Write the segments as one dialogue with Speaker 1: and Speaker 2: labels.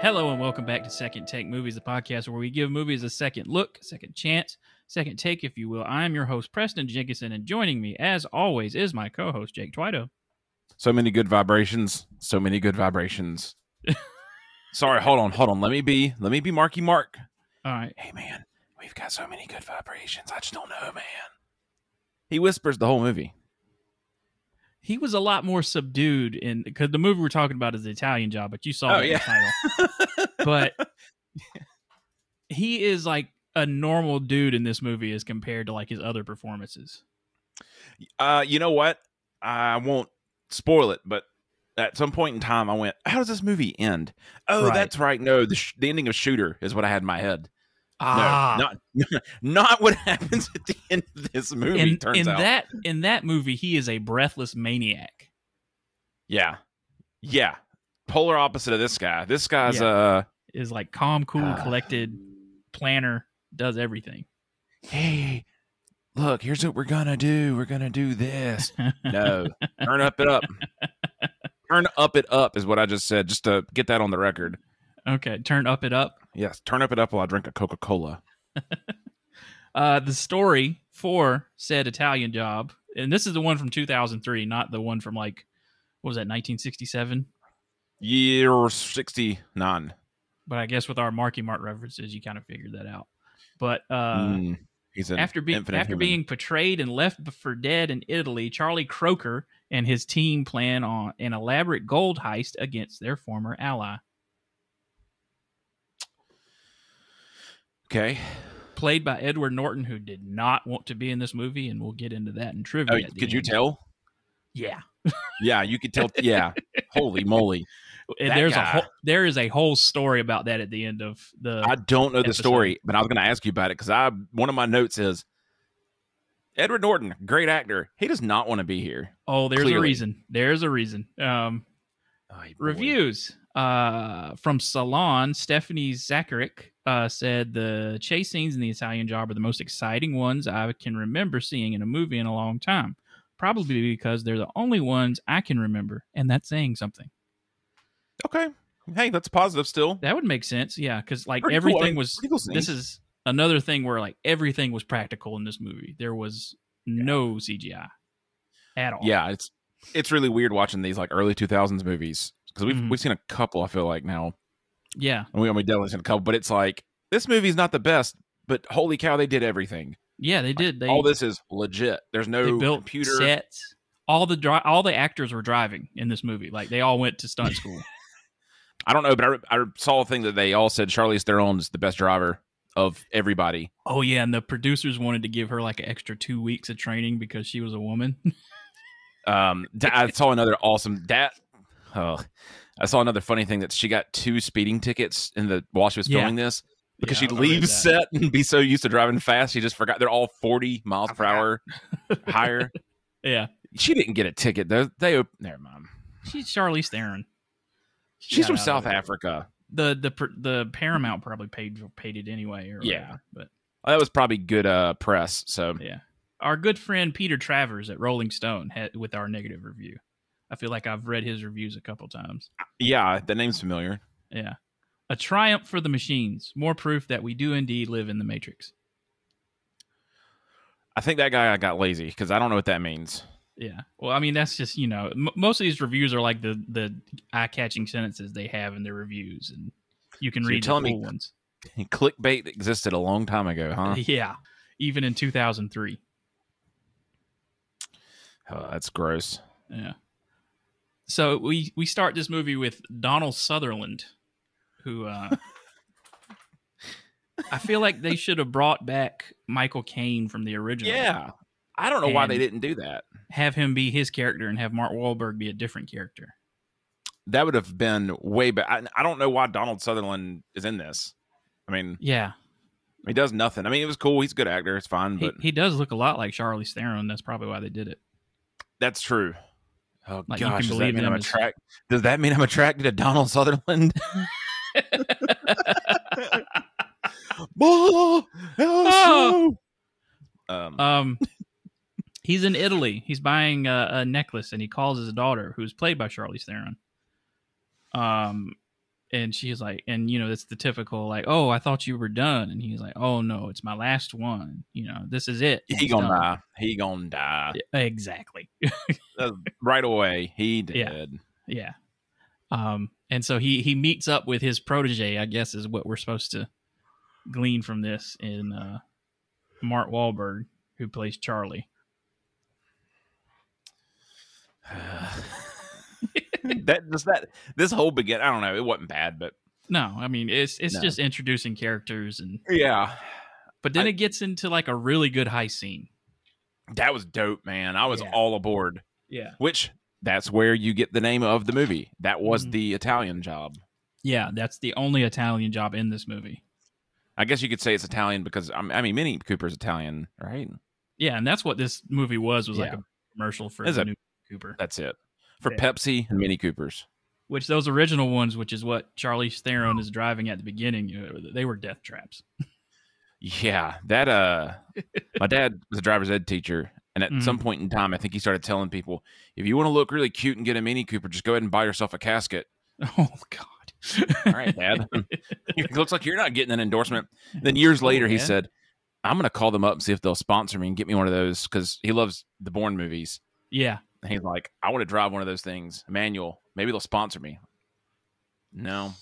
Speaker 1: Hello and welcome back to Second Take Movies, the podcast where we give movies a second look, second chance, second take, if you will. I am your host, Preston Jenkinson, and joining me, as always, is my co host, Jake Twido.
Speaker 2: So many good vibrations. So many good vibrations. Sorry, hold on, hold on. Let me be. Let me be Marky Mark.
Speaker 1: All right.
Speaker 2: Hey man, we've got so many good vibrations. I just don't know, man. He whispers the whole movie.
Speaker 1: He was a lot more subdued in because the movie we're talking about is the Italian job, but you saw
Speaker 2: Oh,
Speaker 1: that in
Speaker 2: yeah.
Speaker 1: the title. but he is like a normal dude in this movie as compared to like his other performances.
Speaker 2: Uh, you know what? I won't spoil it, but at some point in time, I went, "How does this movie end?" Oh,
Speaker 1: Right.
Speaker 2: that's right. No, the, sh- the ending of Shooter is what I had in my head. No,
Speaker 1: Ah.
Speaker 2: Ah. not not what happens at the end of this movie.
Speaker 1: in,
Speaker 2: turns
Speaker 1: in
Speaker 2: out,
Speaker 1: that in that movie, he is a breathless maniac.
Speaker 2: yeah, yeah, polar opposite of this guy. This guy's
Speaker 1: Yeah.
Speaker 2: uh
Speaker 1: Is like calm, cool,
Speaker 2: Ah.
Speaker 1: collected, planner, does everything.
Speaker 2: hey, look, here's what we're gonna do. We're gonna do this. No, turn up it up. Turn up it up is what I just said, just to get that on the record.
Speaker 1: okay, turn up it up.
Speaker 2: Yes, turn up it up while I drink a Coca Cola.
Speaker 1: Uh, the story for said Italian job, and this is the one from 2003, not the one from like what was that 1967.
Speaker 2: Year sixty nine.
Speaker 1: But I guess with our Marky Mark references, you kind of figured that out. But uh,
Speaker 2: Mm, he's an
Speaker 1: after being
Speaker 2: infinite
Speaker 1: after
Speaker 2: human.
Speaker 1: being betrayed and left b- for dead in Italy, Charlie Croker and his team plan on an elaborate gold heist against their former ally,
Speaker 2: okay.
Speaker 1: played by Edward Norton, who did not want to be in this movie, and we'll get into that in trivia.
Speaker 2: Oh,
Speaker 1: at the
Speaker 2: could you
Speaker 1: end.
Speaker 2: tell?
Speaker 1: Yeah,
Speaker 2: Yeah, you could tell. Yeah, holy moly!
Speaker 1: And
Speaker 2: That
Speaker 1: there's a
Speaker 2: guy.
Speaker 1: whole, there is a whole story about that at the end of the.
Speaker 2: I don't know the
Speaker 1: episode.
Speaker 2: story, but I was going to ask you about it because I one of my notes is Edward Norton, great actor. He does not want to be here.
Speaker 1: oh, there's a
Speaker 2: clearly.
Speaker 1: reason. There's a reason. Um,
Speaker 2: Ay, boy.
Speaker 1: Reviews uh, from Salon, Stephanie Zacharic uh, said the chase scenes in the Italian job are the most exciting ones I can remember seeing in a movie in a long time. Probably because they're the only ones I can remember, and that's saying something.
Speaker 2: Okay. Hey, that's positive still.
Speaker 1: That would make sense, yeah, because like
Speaker 2: Pretty cool. I
Speaker 1: everything
Speaker 2: mean,
Speaker 1: was.
Speaker 2: pretty cool scene.
Speaker 1: This is another thing where like everything was practical in this movie. There was no CGI at all.
Speaker 2: yeah, it's it's really weird watching these like early two thousands movies because we've
Speaker 1: Mhm.
Speaker 2: we've seen a couple. I feel like now,
Speaker 1: yeah,
Speaker 2: and we only definitely seen a couple, but it's like this movie's not the best. But holy cow, they did everything.
Speaker 1: yeah. They did. They
Speaker 2: All this is legit. There's no
Speaker 1: they built
Speaker 2: computer.
Speaker 1: sets. All the dri- all the actors were driving in this movie. Like they all went to stunt school.
Speaker 2: I don't know, but I, re- I saw a thing that they all said Charlize Theron is the best driver of everybody.
Speaker 1: oh yeah, and the producers wanted to give her like an extra two weeks of training because she was a woman.
Speaker 2: Um, da- I saw another awesome that. Oh, I saw another funny thing that she got two speeding tickets in the while she was
Speaker 1: Yeah.
Speaker 2: filming this because
Speaker 1: Yeah,
Speaker 2: she
Speaker 1: I read
Speaker 2: leaves
Speaker 1: that.
Speaker 2: set and be so used to driving fast she just forgot they're all forty miles
Speaker 1: I
Speaker 2: per hour higher.
Speaker 1: Yeah,
Speaker 2: She didn't get a ticket though. They op- never mind.
Speaker 1: she's Charlize Theron. She
Speaker 2: She's
Speaker 1: got
Speaker 2: from
Speaker 1: out of
Speaker 2: South
Speaker 1: it.
Speaker 2: Africa.
Speaker 1: The the pr- the Paramount probably paid paid it anyway. Or
Speaker 2: Yeah.
Speaker 1: whatever, but
Speaker 2: That was probably good uh, press. So
Speaker 1: our good friend Peter Travers at Rolling Stone had, with our negative review. I feel like I've read his reviews a couple times.
Speaker 2: yeah, the name's familiar.
Speaker 1: Yeah. A triumph for the machines. More proof that we do indeed live in the Matrix.
Speaker 2: I think that guy got lazy because I don't know what that means.
Speaker 1: Yeah. Well, I mean, that's just, you know, m- most of these reviews are like the, the eye catching sentences they have in their reviews, and you can
Speaker 2: So you're
Speaker 1: read the
Speaker 2: telling me-
Speaker 1: full ones.
Speaker 2: Clickbait existed a long time ago, huh?
Speaker 1: Yeah. Even in 2003.
Speaker 2: Oh, that's gross.
Speaker 1: Yeah. So we, we start this movie with Donald Sutherland, who uh, I feel like they should have brought back Michael Caine from the original.
Speaker 2: Yeah. I don't know why they
Speaker 1: And-
Speaker 2: didn't do that.
Speaker 1: have him be his character and have Mark Wahlberg be a different character.
Speaker 2: That would have been way better. I, I don't know why Donald Sutherland is in this. I mean,
Speaker 1: Yeah,
Speaker 2: he does nothing. I mean, it was cool. He's a good actor. It's fine,
Speaker 1: he,
Speaker 2: but
Speaker 1: he does look a lot like Charlize Theron. That's probably why they did it.
Speaker 2: that's true. Oh
Speaker 1: Like, you can
Speaker 2: gosh, does
Speaker 1: believe
Speaker 2: that mean
Speaker 1: them
Speaker 2: I'm
Speaker 1: as-
Speaker 2: attract? Does that mean I'm attracted to Donald Sutherland? Oh,
Speaker 1: Oh.
Speaker 2: so- Um,
Speaker 1: Um, he's in Italy. He's buying a, a necklace, and he calls his daughter, who's played by Charlize Theron. Um, and she's like, and you know, it's the typical like, oh, I thought you were done, and he's like, oh no, it's my last one. You know, this is it.
Speaker 2: He
Speaker 1: It's
Speaker 2: gonna
Speaker 1: done.
Speaker 2: die. He gonna die
Speaker 1: Yeah, exactly.
Speaker 2: Uh, right away. He did.
Speaker 1: Yeah. yeah. Um, and so he he meets up with his protege, I guess, is what we're supposed to glean from this in uh, Mark Wahlberg, who plays Charlie.
Speaker 2: that just that this whole begin. I don't know. It wasn't bad, but
Speaker 1: No, I mean it's it's
Speaker 2: No.
Speaker 1: just introducing characters, and
Speaker 2: yeah,
Speaker 1: but then
Speaker 2: I-
Speaker 1: it gets into like a really good high scene.
Speaker 2: that was dope, man. I was
Speaker 1: Yeah.
Speaker 2: all aboard.
Speaker 1: Yeah,
Speaker 2: Which that's where you get the name of the movie. That was
Speaker 1: Mhm.
Speaker 2: the Italian job.
Speaker 1: yeah, that's the only Italian job in this movie.
Speaker 2: I guess you could say it's Italian because um, I mean, Minnie Cooper's Italian, right?
Speaker 1: Yeah, and that's what this movie was was like
Speaker 2: Yeah.
Speaker 1: a commercial for
Speaker 2: It's
Speaker 1: the
Speaker 2: a-
Speaker 1: new Cooper,
Speaker 2: That's it for
Speaker 1: Yeah.
Speaker 2: Pepsi and Mini Coopers.
Speaker 1: which those original ones, which is what Charlie Theron is driving at the beginning, uh, they were death traps.
Speaker 2: Yeah, that uh, my dad was a driver's ed teacher, and at
Speaker 1: Mhm.
Speaker 2: some point in time, I think he started telling people, if you want to look really cute and get a Mini Cooper, just go ahead and buy yourself a casket.
Speaker 1: Oh God!
Speaker 2: All right, Dad. it looks like you're not getting an endorsement. Then years later, he
Speaker 1: Dad.
Speaker 2: said, I'm going to call them up and see if they'll sponsor me and get me one of those because he loves the Bourne movies.
Speaker 1: Yeah,
Speaker 2: And he's like, I want to drive one of those things, manual. Maybe they'll sponsor me. No,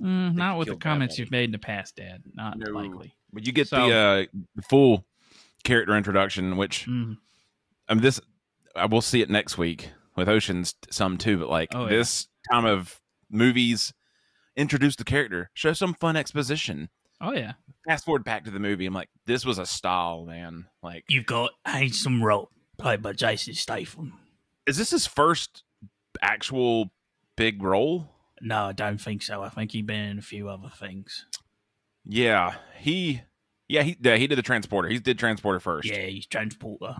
Speaker 1: Mm,
Speaker 2: They
Speaker 1: not with the
Speaker 2: killed Bad
Speaker 1: comments
Speaker 2: Bunny.
Speaker 1: you've made in the past, Dad. Not
Speaker 2: No.
Speaker 1: likely.
Speaker 2: but you get
Speaker 1: So-
Speaker 2: the, uh, the full character introduction, which
Speaker 1: Mm.
Speaker 2: I mean, this I will see it next week with Oceans some too, but like
Speaker 1: Oh, yeah.
Speaker 2: this time of movies, introduce the character, show some fun exposition.
Speaker 1: Oh yeah,
Speaker 2: Fast forward back to the movie. I'm like, this was a style, man. Like,
Speaker 3: You've got Handsome Rob, played by Jason Statham.
Speaker 2: is this his first actual big role?
Speaker 3: No, I don't think so. I think he's been in a few other things.
Speaker 2: Yeah, he, yeah, he, yeah, he did the transporter. He did transporter first.
Speaker 3: Yeah, he's transporter.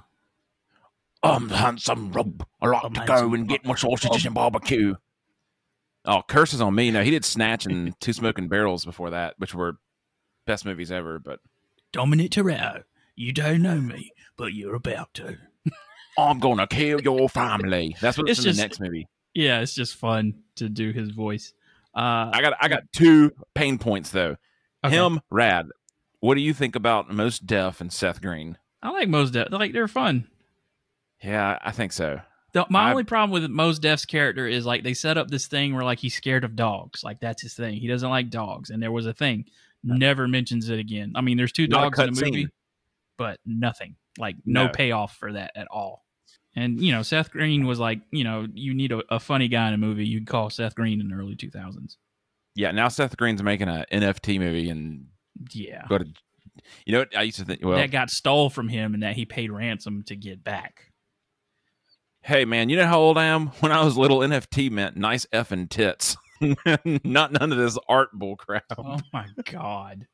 Speaker 2: I'm handsome Rob. I like
Speaker 3: I'm
Speaker 2: to go
Speaker 3: handsome
Speaker 2: and get my sausages and barbecue. Oh, curses on me! No, he did Snatch and Two Smoking Barrels before that, which were best movies ever. But
Speaker 3: Dominic Toretto, you don't know me, but you're about to.
Speaker 2: I'm gonna kill your family. That's what it's,
Speaker 1: It's
Speaker 2: in
Speaker 1: just-
Speaker 2: the next movie.
Speaker 1: yeah. It's just fun to do his voice. Uh,
Speaker 2: I got I got two pain points though.
Speaker 1: okay.
Speaker 2: Him, Rad. What do you think about Most Deaf and Seth Green?
Speaker 1: I like Mos Def. Like they're fun.
Speaker 2: Yeah, I think so.
Speaker 1: The, my
Speaker 2: I-
Speaker 1: only problem with Mos Def's character is like they set up this thing where like he's scared of dogs. Like that's his thing. He doesn't like dogs, and there was a thing. Never mentions it again. I mean, there's two
Speaker 2: Not a
Speaker 1: dogs in the
Speaker 2: cutscene.
Speaker 1: movie, but nothing. Like no,
Speaker 2: No.
Speaker 1: payoff for that at all. And you know, Seth Green was like, you know, you need a, a funny guy in a movie. You'd call Seth Green in the early 2000s.
Speaker 2: Yeah, now Seth Green's making a NFT movie and
Speaker 1: Yeah,
Speaker 2: go to. You know what I used to think? Well,
Speaker 1: that got stole from him, and that he paid ransom to get back.
Speaker 2: Hey man, you know how old I am? When I was little, NFT meant nice effing tits. Not none of this art bull crap.
Speaker 1: Oh my god.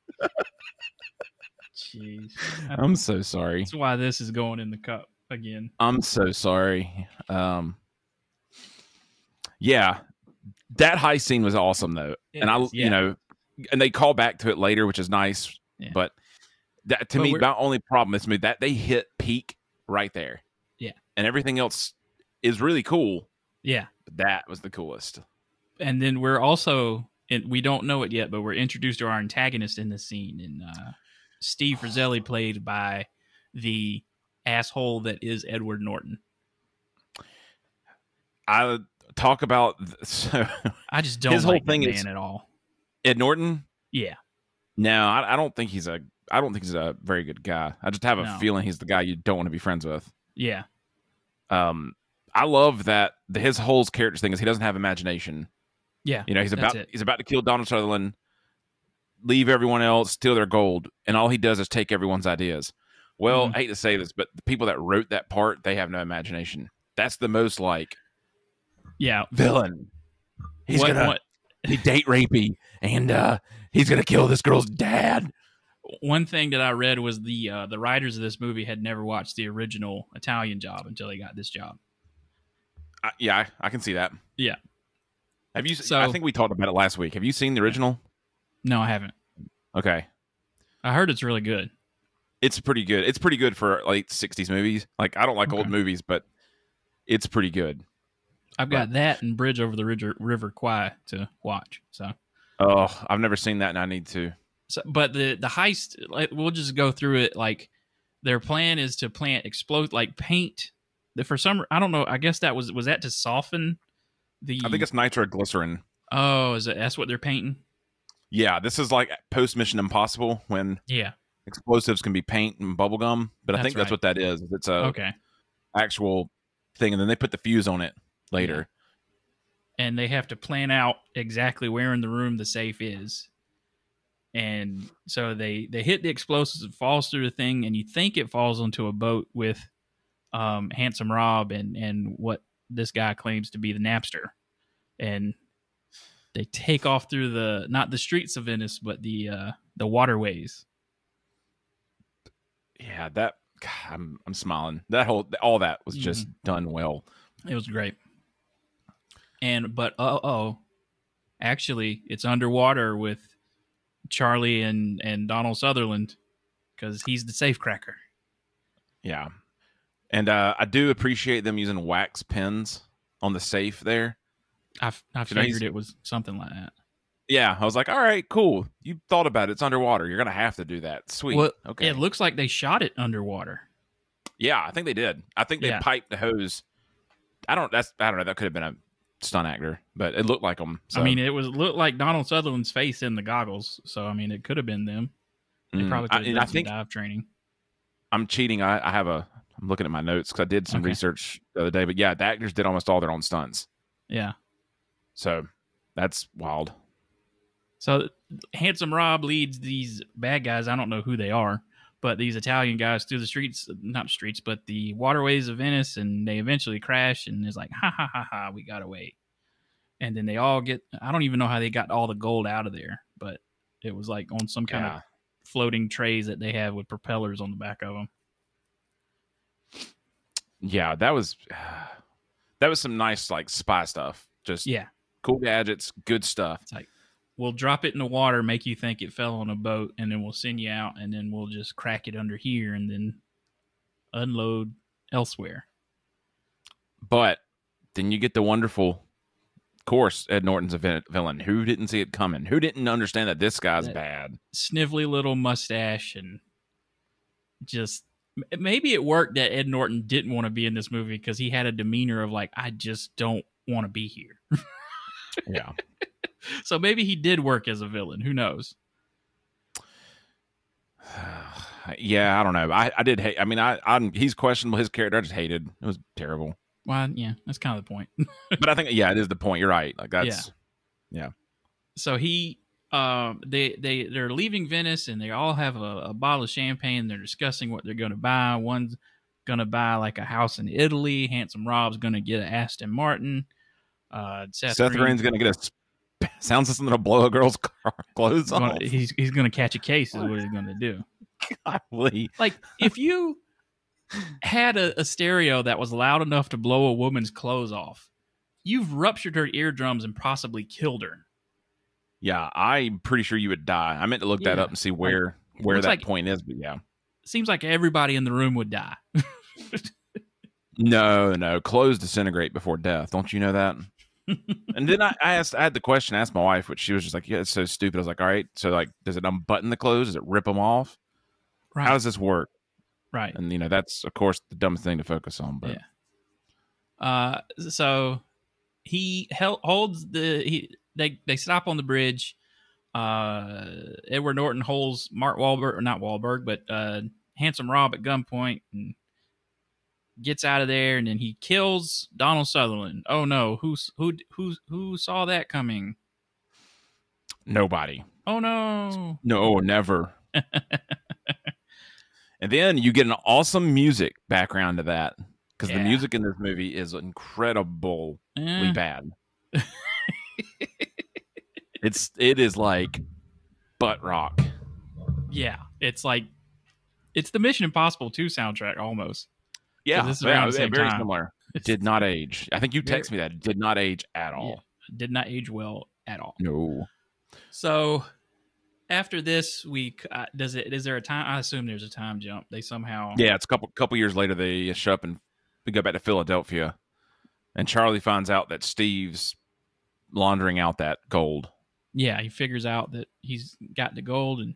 Speaker 1: Jeez.
Speaker 2: I'm so sorry.
Speaker 1: That's why this is going in the cup again.
Speaker 2: I'm so sorry. Um Yeah. That high scene was awesome though.
Speaker 1: It
Speaker 2: and I
Speaker 1: is, yeah.
Speaker 2: you know and they call back to it later, which is nice.
Speaker 1: Yeah.
Speaker 2: But that to
Speaker 1: But
Speaker 2: me,
Speaker 1: we're-
Speaker 2: my only problem is me that they hit peak right there.
Speaker 1: Yeah.
Speaker 2: And everything else is really cool.
Speaker 1: Yeah.
Speaker 2: But that was the coolest.
Speaker 1: And then we're also and we don't know it yet, but we're introduced to our antagonist in this scene and uh Steve Frizzelli played by the asshole that is Edward Norton.
Speaker 2: I talk about th- so
Speaker 1: I just don't
Speaker 2: His whole
Speaker 1: like that
Speaker 2: thing
Speaker 1: man
Speaker 2: is-
Speaker 1: at all.
Speaker 2: Ed Norton.
Speaker 1: Yeah.
Speaker 2: No, I, I don't think he's a. I don't think he's a very good guy. I just have a
Speaker 1: No.
Speaker 2: feeling he's the guy you don't want to be friends with.
Speaker 1: Yeah.
Speaker 2: Um, I love that the, his whole character thing is he doesn't have imagination.
Speaker 1: Yeah.
Speaker 2: You know, he's
Speaker 1: That's
Speaker 2: about
Speaker 1: it.
Speaker 2: he's about to kill Donald Sutherland, leave everyone else, steal their gold, and all he does is take everyone's ideas. Well,
Speaker 1: Mhm.
Speaker 2: I hate to say this, but the people that wrote that part they have no imagination. That's the most like
Speaker 1: Yeah.
Speaker 2: villain. He's
Speaker 1: What-
Speaker 2: gonna
Speaker 1: what-
Speaker 2: he date rapey and uh he's gonna kill this girl's dad
Speaker 1: one thing that I read was the uh, the writers of this movie had never watched the original Italian Job until they got this job.
Speaker 2: I, yeah I, I can see that
Speaker 1: Yeah.
Speaker 2: have you so,
Speaker 1: So-
Speaker 2: i think we talked about it last week have you seen the original
Speaker 1: No, I haven't.
Speaker 2: okay
Speaker 1: I heard it's really good.
Speaker 2: it's pretty good it's pretty good for late 60s movies like i don't like
Speaker 1: Okay.
Speaker 2: old movies but it's pretty good
Speaker 1: I've got that and Bridge Over the River, River Kwai to watch. So,
Speaker 2: Oh, I've never seen that, and I need to.
Speaker 1: so but the the heist, like, we'll just go through it. Like their plan is to plant explode, like paint. The, for some, I don't know. I guess that was was that to soften the.
Speaker 2: I think it's nitroglycerin.
Speaker 1: Oh, is it? That's what they're painting.
Speaker 2: Yeah, this is like post Mission Impossible when
Speaker 1: Yeah.
Speaker 2: explosives can be paint and bubble gum, but I
Speaker 1: That's
Speaker 2: think that's
Speaker 1: right.
Speaker 2: what that is. It's a
Speaker 1: Okay.
Speaker 2: actual thing, and then they put the fuse on it later.
Speaker 1: and they have to plan out exactly where in the room the safe is. And so they they hit the explosives, it falls through the thing, and you think it falls onto a boat with um, handsome Rob and and what this guy claims to be the Napster, and they take off through the not the streets of Venice, but the uh, the waterways.
Speaker 2: Yeah, that God, I'm I'm smiling. That whole all that was just done well.
Speaker 1: It was great. And but uh oh, actually, it's underwater with Charlie and and Donald Sutherland because he's the safe cracker.
Speaker 2: Yeah, and uh, I do appreciate them using wax pens on the safe there.
Speaker 1: I, f- I
Speaker 2: Should I
Speaker 1: figured
Speaker 2: use-
Speaker 1: it was something like that.
Speaker 2: Yeah, I was like, all right, cool. You thought about it. It's underwater. You're gonna have to do that. Sweet.
Speaker 1: Well,
Speaker 2: okay.
Speaker 1: It looks like they shot it underwater.
Speaker 2: yeah, I think they did. I think they
Speaker 1: Yeah.
Speaker 2: piped the hose. I don't. That's I don't know. That could have been a stunt actor, but it looked like them.
Speaker 1: I mean, it was looked like Donald Sutherland's face in the goggles. So I mean, it could have been them. They probably could
Speaker 2: Mm. I,
Speaker 1: have
Speaker 2: and
Speaker 1: done
Speaker 2: I
Speaker 1: some
Speaker 2: think
Speaker 1: dive training.
Speaker 2: I'm cheating. I, I have a. I'm looking at my notes because I did some
Speaker 1: Okay.
Speaker 2: research the other day. But yeah, the actors did almost all their own stunts.
Speaker 1: Yeah.
Speaker 2: So that's wild.
Speaker 1: So handsome Rob leads these bad guys. I don't know who they are, but these Italian guys through the streets, not streets, but the waterways of Venice, and they eventually crash. And it's like, ha ha ha ha, we got away. And then they all get. I don't even know how they got all the gold out of there, but it was like on some kind
Speaker 2: Yeah.
Speaker 1: of floating trays that they have with propellers on the back of them.
Speaker 2: Yeah, that was that was some nice like spy stuff. Just
Speaker 1: Yeah,
Speaker 2: cool gadgets, good stuff.
Speaker 1: we'll drop it in the water, make you think it fell on a boat, and then we'll send you out, and then we'll just crack it under here, and then unload elsewhere.
Speaker 2: But then you get the wonderful course Ed Norton's a vi- villain. Who didn't see it coming? Who didn't understand that this guy's
Speaker 1: That-
Speaker 2: bad?
Speaker 1: snivelly little mustache and just m- maybe it worked that Ed Norton didn't want to be in this movie because he had a demeanor of like I just don't want to be here.
Speaker 2: Yeah.
Speaker 1: So maybe he did work as a villain. Who knows?
Speaker 2: yeah, I don't know. I, I did hate. I mean, I I'm, he's questionable. His character, I just hated. It was terrible.
Speaker 1: Well, yeah, that's kind of the point.
Speaker 2: But I think yeah, it is the point. You're right. Like that's
Speaker 1: so he um they they they're leaving venice and they all have a, a bottle of champagne they're discussing what they're gonna buy one's gonna buy like a house in italy handsome rob's gonna get an aston martin uh seth,
Speaker 2: Seth
Speaker 1: Green-
Speaker 2: Green's gonna get a. sp- Sounds like something to blow a girl's car clothes
Speaker 1: gonna-
Speaker 2: off.
Speaker 1: he's, he's gonna catch a case is what he's gonna do
Speaker 2: Golly.
Speaker 1: like if you had a, a stereo that was loud enough to blow a woman's clothes off you've ruptured her eardrums and possibly killed her
Speaker 2: Yeah, I'm pretty sure you would die. I meant to look that
Speaker 1: Yeah.
Speaker 2: up and see where where
Speaker 1: looks
Speaker 2: that
Speaker 1: like-
Speaker 2: point is, but yeah.
Speaker 1: seems like everybody in the room would die
Speaker 2: No, no, clothes disintegrate before death. Don't you know that? and then I, I asked, I had the question, I asked my wife, which she was just like, "Yeah, it's so stupid." I was like, "All right, so like, does it unbutton the clothes? Does it rip them off?
Speaker 1: right
Speaker 2: How does this work?"
Speaker 1: right
Speaker 2: And you know, that's of course the dumbest thing to focus on. But
Speaker 1: Yeah. Uh, so he held, holds the he they they stop on the bridge. Uh, Edward Norton holds Mark Wahlberg or not Wahlberg, but uh, handsome Rob at gunpoint and gets out of there, and then he kills Donald Sutherland. Oh no, who's who who who saw that coming?
Speaker 2: nobody,
Speaker 1: Oh no,
Speaker 2: no, oh, never. and then you get an awesome music background to that because
Speaker 1: Yeah.
Speaker 2: the music in this movie is incredible.
Speaker 1: Eh,
Speaker 2: really bad. it's it is like butt rock.
Speaker 1: yeah, it's like it's the Mission Impossible Two soundtrack almost.
Speaker 2: Yeah,
Speaker 1: this is
Speaker 2: yeah,
Speaker 1: around the
Speaker 2: yeah,
Speaker 1: same
Speaker 2: very
Speaker 1: time.
Speaker 2: similar. It did not age. I think you
Speaker 1: Very-
Speaker 2: text me that it did not age at all.
Speaker 1: Did not age well at all.
Speaker 2: No,
Speaker 1: So after this week, uh, does it? Is there a time? I assume there's a time jump. They somehow
Speaker 2: yeah, it's a couple couple years later they show up and we go back to Philadelphia And Charlie finds out that Steve's laundering out that gold.
Speaker 1: yeah, he figures out that he's got the gold, and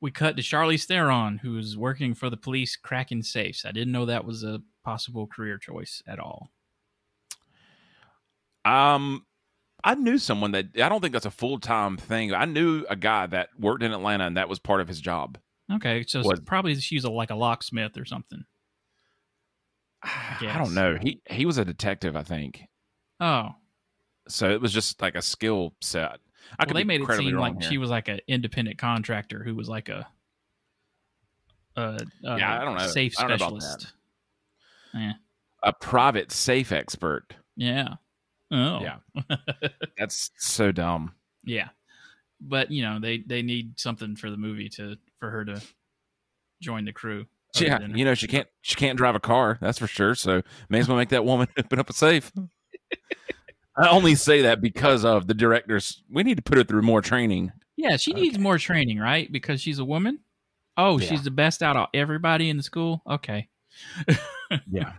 Speaker 1: we cut to Charlize Theron, who is working for the police cracking safes. I didn't know that was a possible career choice at all.
Speaker 2: Um, I knew someone that I don't think that's a full time thing. I knew a guy that worked in Atlanta and that was part of his job.
Speaker 1: Okay, so it's
Speaker 2: Was-
Speaker 1: probably she's a, like a locksmith or something.
Speaker 2: I
Speaker 1: guess.
Speaker 2: don't know. He he was a detective, I think.
Speaker 1: Oh,
Speaker 2: So it was just like a skill set. I
Speaker 1: well, they
Speaker 2: be
Speaker 1: made it
Speaker 2: incredibly
Speaker 1: seem
Speaker 2: wrong
Speaker 1: like
Speaker 2: here.
Speaker 1: she was like an independent contractor who was like a, a, a
Speaker 2: Yeah, I don't know.
Speaker 1: safe
Speaker 2: I don't know about
Speaker 1: specialist.
Speaker 2: a private safe expert.
Speaker 1: Yeah. Oh.
Speaker 2: Yeah. That's so dumb.
Speaker 1: Yeah. But you know, they they need something for the movie to for her to join the crew. other
Speaker 2: yeah,
Speaker 1: than-
Speaker 2: you know she can't she can't drive a car. That's for sure. So may as well make that woman open up a safe. I only say that because of the directors. We need to put her through more training.
Speaker 1: yeah, she needs
Speaker 2: Okay.
Speaker 1: more training, right? Because she's a woman. Oh,
Speaker 2: Yeah.
Speaker 1: she's the best out of everybody in the school. Okay.
Speaker 2: Yeah,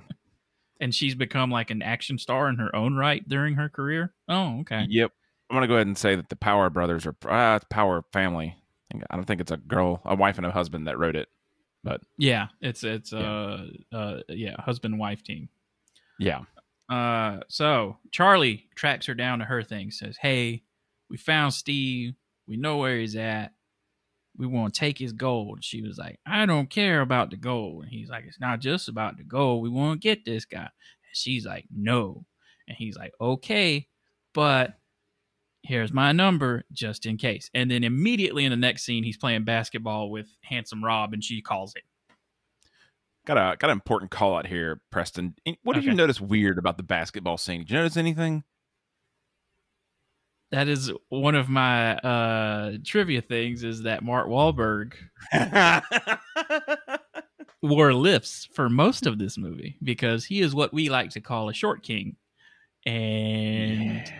Speaker 1: And she's become like an action star in her own right during her career. Oh, okay.
Speaker 2: Yep. I'm gonna go ahead and say that the Power Brothers are uh, it's Power Family. I think- I don't think it's a girl, a wife, and a husband that wrote it.
Speaker 1: Yeah, it's it's
Speaker 2: Yeah.
Speaker 1: uh uh yeah, husband wife team.
Speaker 2: Yeah.
Speaker 1: Uh, so Charlie tracks her down to her thing, says, Hey, we found Steve. We know where he's at. We want to take his gold. She was like, I don't care about the gold. And he's like, It's not just about the gold. We want to get this guy. And she's like, No. And he's like, Okay, but here's my number just in case. And then immediately in the next scene, he's playing basketball with Handsome Rob and she calls it.
Speaker 2: Got a got an important call out here, Preston. And What did you
Speaker 1: Okay.
Speaker 2: notice weird about the basketball scene? Did you notice anything?
Speaker 1: That is one of my uh, trivia things is that Mark Wahlberg wore lifts for most of this movie because he is what we like to call a short king. And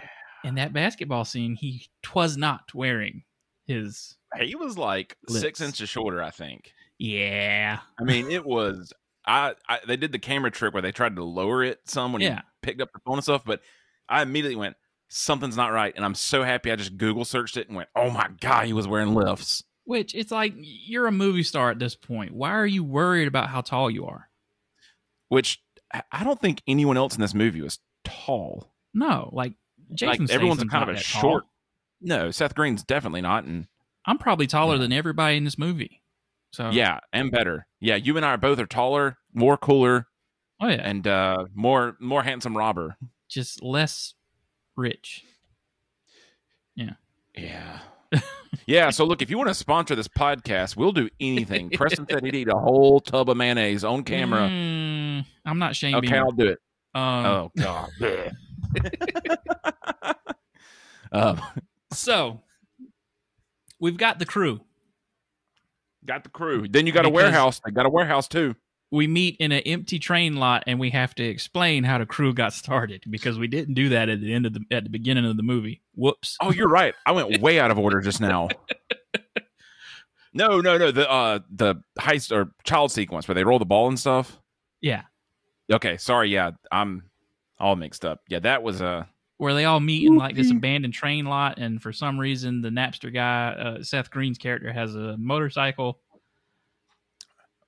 Speaker 1: in that basketball scene, he twas not wearing his.
Speaker 2: He was like
Speaker 1: Lips.
Speaker 2: six inches shorter, I think.
Speaker 1: Yeah.
Speaker 2: I mean, it was. I, I they did the camera trick where they tried to lower it some when
Speaker 1: Yeah.
Speaker 2: he picked up the phone and stuff, but I immediately went, something's not right, and I'm so happy I just Google searched it and went, oh my god, he was wearing lifts.
Speaker 1: Which it's like you're a movie star at this point. Why are you worried about how tall you are?
Speaker 2: Which I- I don't think anyone else in this movie was tall.
Speaker 1: No, like Jason
Speaker 2: like everyone's
Speaker 1: Statham's
Speaker 2: kind of
Speaker 1: not
Speaker 2: a
Speaker 1: that tall.
Speaker 2: short. No, Seth Green's definitely not, and
Speaker 1: I'm probably taller
Speaker 2: Yeah.
Speaker 1: than everybody in this movie. So
Speaker 2: yeah, and better. Yeah, you and I are both are taller, more cooler,
Speaker 1: oh yeah,
Speaker 2: and uh more more handsome robber.
Speaker 1: just less rich.
Speaker 2: Yeah. yeah. So look, if you want to sponsor this podcast, we'll do anything. Preston said he'd eat a whole tub of mayonnaise on camera.
Speaker 1: Mm, I'm not shaming.
Speaker 2: Okay,
Speaker 1: you.
Speaker 2: I'll do it.
Speaker 1: Um,
Speaker 2: oh God. um,
Speaker 1: So we've got the crew.
Speaker 2: got the crew. Then you got a
Speaker 1: Because-
Speaker 2: warehouse. They got a warehouse too.
Speaker 1: We meet in an empty train lot, and we have to explain how the crew got started because we didn't do that at the end of the at the beginning of the movie. Whoops.
Speaker 2: Oh, you're right. I went way out of order just now. No, no, no. The uh the heist or child sequence where they roll the ball and stuff.
Speaker 1: Yeah,
Speaker 2: Okay, sorry. Yeah, I'm all mixed up. Yeah, that was uh, a
Speaker 1: where they all meet in like this abandoned train lot, and for some reason, the Napster guy, uh, Seth Green's character, has a motorcycle.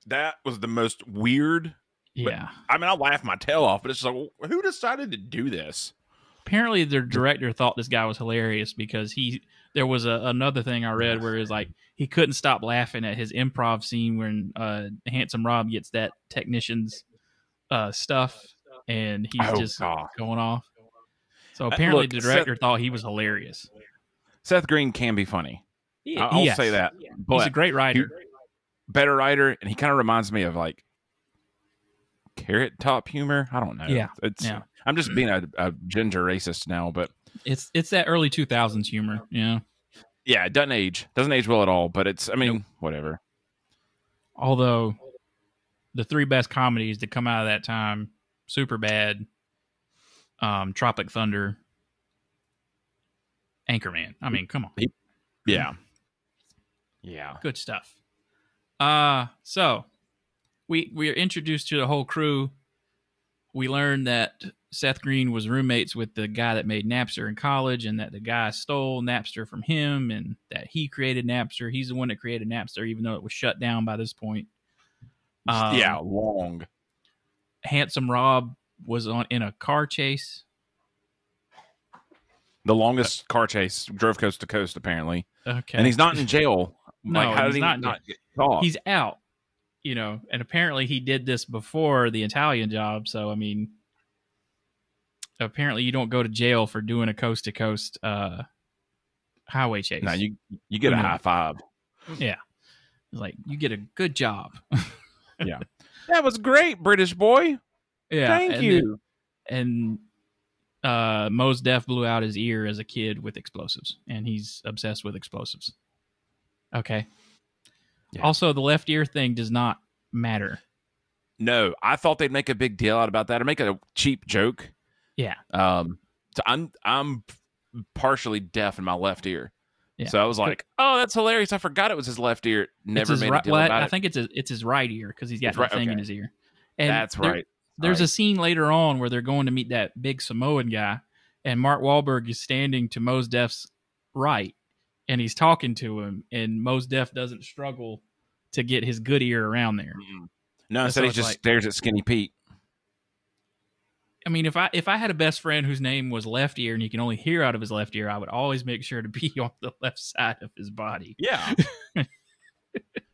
Speaker 2: that was the most weird
Speaker 1: Yeah.
Speaker 2: I mean, I laugh my tail off, but it's just like, wh- who decided to do this?
Speaker 1: apparently their director thought this guy was hilarious because he there was a, another thing I read where it was like he couldn't stop laughing at his improv scene when uh handsome Rob gets that technician's uh stuff and he's
Speaker 2: Oh,
Speaker 1: just
Speaker 2: God. Uh,
Speaker 1: going off. So apparently
Speaker 2: look,
Speaker 1: the director thought he was hilarious.
Speaker 2: Seth Green can be funny. I- I'll
Speaker 1: Yes.
Speaker 2: say that,
Speaker 1: He's a
Speaker 2: but
Speaker 1: great writer.
Speaker 2: better writer, and he kind of reminds me of like carrot top humor. I don't know.
Speaker 1: Yeah,
Speaker 2: it's.
Speaker 1: yeah.
Speaker 2: I'm just being a, a ginger racist now, but
Speaker 1: It's it's that early 2000s humor, yeah.
Speaker 2: yeah, it doesn't age. Doesn't age well at all. But it's. I mean, whatever.
Speaker 1: Although the three best comedies to come out of that time, Super Bad, um, Tropic Thunder, Anchorman. I mean, come on.
Speaker 2: Yeah. Yeah.
Speaker 1: Good stuff. Uh so we we are introduced to the whole crew. we learned that Seth Green was roommates with the guy that made Napster in college, and that the guy stole Napster from him, and that he created Napster. He's the one that created Napster, even though it was shut down by this point. Um,
Speaker 2: yeah, long.
Speaker 1: handsome Rob was on in a car chase.
Speaker 2: The longest car chase drove coast to coast apparently,
Speaker 1: uh, Okay,
Speaker 2: and he's not in jail.
Speaker 1: No,
Speaker 2: like, how
Speaker 1: he's
Speaker 2: did he
Speaker 1: not in
Speaker 2: not get caught?
Speaker 1: he's out, you know. And apparently, he did this before the Italian job. So, I mean, apparently, you don't go to jail for doing a coast to coast uh highway chase.
Speaker 2: no, you you get a
Speaker 1: No.
Speaker 2: high five.
Speaker 1: like you get a good job.
Speaker 2: That was great, British boy.
Speaker 1: yeah,
Speaker 2: Thank
Speaker 1: and
Speaker 2: you.
Speaker 1: then- and uh, Mo's Def blew out his ear as a kid with explosives, and he's obsessed with explosives. Okay.
Speaker 2: Yeah.
Speaker 1: Also, the left ear thing does not matter.
Speaker 2: No, I thought they'd make a big deal out about that or make a cheap joke.
Speaker 1: Yeah.
Speaker 2: Um. So I'm I'm partially deaf in my left ear.
Speaker 1: Yeah.
Speaker 2: So I was like, oh, that's hilarious. I forgot it was his left ear.
Speaker 1: It's
Speaker 2: Never
Speaker 1: his
Speaker 2: made
Speaker 1: right,
Speaker 2: a deal
Speaker 1: well,
Speaker 2: about
Speaker 1: I
Speaker 2: it.
Speaker 1: think it's his, it's his right ear because he's got
Speaker 2: It's
Speaker 1: that
Speaker 2: right-
Speaker 1: thing in
Speaker 2: okay.
Speaker 1: his ear. And
Speaker 2: that's
Speaker 1: there-
Speaker 2: right.
Speaker 1: There's
Speaker 2: Right.
Speaker 1: a scene later on where they're going to meet that big Samoan guy, and Mark Wahlberg is standing to Mos Def's right, and he's talking to him, and Mos Def doesn't struggle to get his good ear around there.
Speaker 2: Mm-mm. No,
Speaker 1: That's
Speaker 2: instead
Speaker 1: what
Speaker 2: he
Speaker 1: it's
Speaker 2: just
Speaker 1: like.
Speaker 2: stares at Skinny Pete.
Speaker 1: I mean, if I if I had a best friend whose name was left ear and he can only hear out of his left ear, I would always make sure to be on the left side of his body.
Speaker 2: Yeah.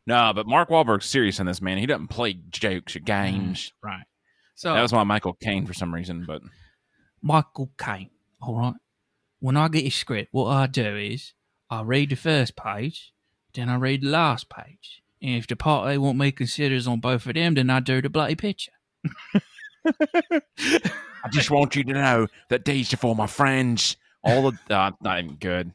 Speaker 2: no, but Mark Wahlberg's serious in this man. He doesn't play jokes or games.
Speaker 1: Right. So
Speaker 2: That was my Michael Caine for some reason, but
Speaker 1: Michael Caine. All right. When I get a script, what I do is I read the first page, then I read the last page. And if the part they want me considers on both of them, then I do the bloody picture.
Speaker 2: I just want you to know that these are for my friends. All the uh, not even good.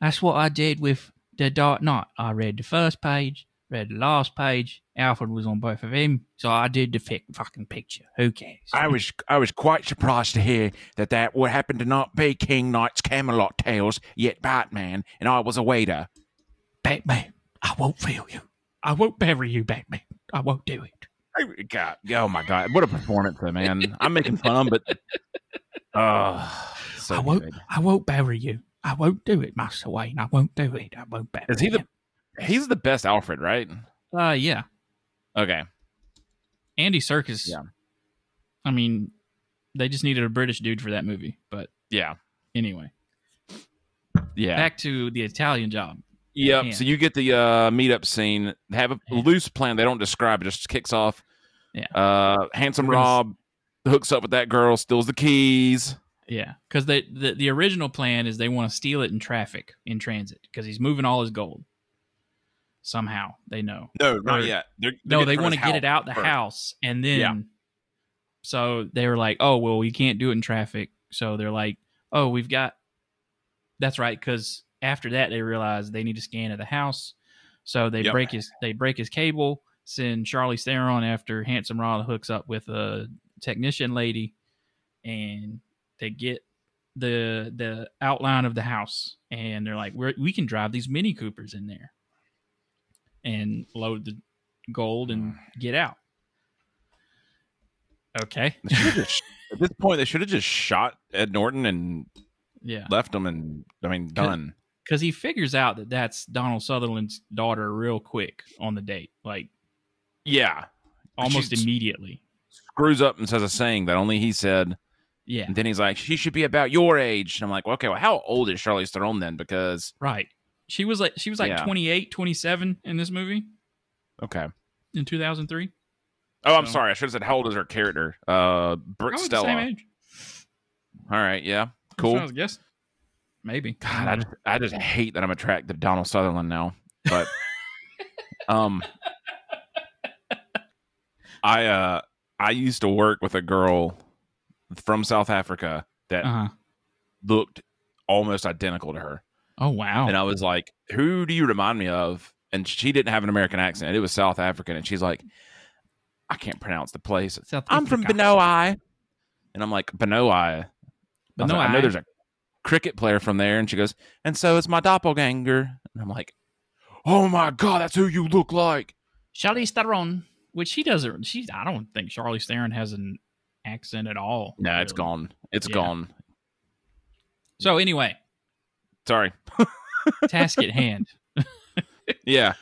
Speaker 1: That's what I did with The Dark Knight. I read the first page, read the last page. Alfred was on both of them, so I did the fi- fucking picture. Who cares?
Speaker 2: I was I was quite surprised to hear that that would happen to not be King Knight's Camelot Tales, yet Batman, and I was a waiter.
Speaker 1: Batman, I won't fail you. I won't bury you, Batman. I won't do it.
Speaker 2: God, oh my God, what a performance, though, man! I'm making fun, but oh, so
Speaker 1: I won't.
Speaker 2: good.
Speaker 1: I won't bury you. I won't do it, Master Wayne. I won't do it. I won't bury.
Speaker 2: Is he the? He's the best Alfred, right?
Speaker 1: the? Uh, yeah.
Speaker 2: Okay,
Speaker 1: Andy Circus.
Speaker 2: Yeah.
Speaker 1: I mean, they just needed a British dude for that movie. But
Speaker 2: yeah,
Speaker 1: anyway,
Speaker 2: yeah.
Speaker 1: back to the Italian job.
Speaker 2: Yep.
Speaker 1: Yeah.
Speaker 2: So you get the uh, meetup scene. They have a
Speaker 1: Yeah.
Speaker 2: loose plan. They don't describe it. Just kicks off.
Speaker 1: Yeah.
Speaker 2: Uh, handsome
Speaker 1: We're gonna s-
Speaker 2: Rob hooks up with that girl, steals the keys.
Speaker 1: Yeah, because they the, the original plan is they want to steal it in traffic in transit because he's moving all his gold. Somehow they know.
Speaker 2: No,
Speaker 1: not Or-
Speaker 2: yet.
Speaker 1: no, they want to get it out the
Speaker 2: first.
Speaker 1: house, and then
Speaker 2: Yeah.
Speaker 1: so they were like, "Oh, well, you can't do it in traffic." So they're like, "Oh, we've got." That's right, because after that they realize they need to scan of the house, so they
Speaker 2: Yep.
Speaker 1: break his they break his cable. Send Charlie Theron after Handsome Rod hooks up with uh, a technician lady, and they get the the outline of the house, and they're like, "We we can drive these Mini Coopers in there." And load the gold and get out. Okay.
Speaker 2: They should've just- at this point, they should have just shot Ed Norton and
Speaker 1: Yeah.
Speaker 2: left him, and I mean, done.
Speaker 1: Because he figures out that that's Donald Sutherland's daughter real quick on the date, like
Speaker 2: Yeah.
Speaker 1: almost
Speaker 2: She's-
Speaker 1: immediately.
Speaker 2: Screws up and says a saying that only he said.
Speaker 1: Yeah.
Speaker 2: And then he's like, "She should be about your age." And I'm like, well, "Okay, well, how old is Charlize Theron then?" Because
Speaker 1: Right. She was like she was like
Speaker 2: Yeah.
Speaker 1: 28, 27 in this movie
Speaker 2: okay,
Speaker 1: in 2003.
Speaker 2: Oh, I'm
Speaker 1: So-
Speaker 2: sorry. I should have said how old is her character? Uh,
Speaker 1: I
Speaker 2: Brick
Speaker 1: was the
Speaker 2: Stella.
Speaker 1: same age.
Speaker 2: All right, yeah, cool.
Speaker 1: I was guess. Maybe.
Speaker 2: God, I just, I just hate that I'm attracted to Donald Sutherland now. But um, I uh, I used to work with a girl from South Africa that
Speaker 1: uh-huh.
Speaker 2: looked almost identical to her,
Speaker 1: Oh wow.
Speaker 2: and I was like, "Who do you remind me of?" And she didn't have an American accent; it was South African, and she's like, "I can't pronounce the place.
Speaker 1: South
Speaker 2: I'm from
Speaker 1: Africa.
Speaker 2: Benoi. And I'm like, Benoi. I, was like, I know
Speaker 1: Benoi?
Speaker 2: there's a cricket player from there. And she goes, and so it's my doppelganger. And I'm like, oh my God, that's who you look like.
Speaker 1: Charlize Theron, which she doesn't. She I don't think Charlize Theron has an accent at all.
Speaker 2: No, it's
Speaker 1: really.
Speaker 2: gone. It's
Speaker 1: Yeah.
Speaker 2: gone.
Speaker 1: So anyway,
Speaker 2: Sorry.
Speaker 1: task at hand.
Speaker 2: Yeah.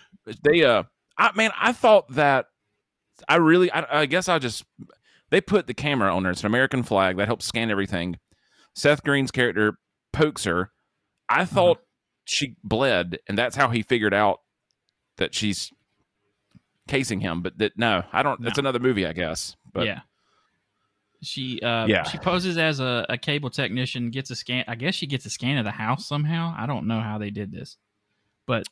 Speaker 2: They uh I man, I thought that I really I, I guess I just they put the camera on her. It's an American flag that helps scan everything. Seth Green's character pokes her. I
Speaker 1: Uh-huh.
Speaker 2: thought she bled and that's how he figured out that she's casing him, but that no, I don't that's another movie, I guess. But
Speaker 1: yeah. She uh
Speaker 2: Yeah.
Speaker 1: she poses as a, a cable technician, gets a scan I guess she gets a scan of the house somehow. I don't know how they did this. But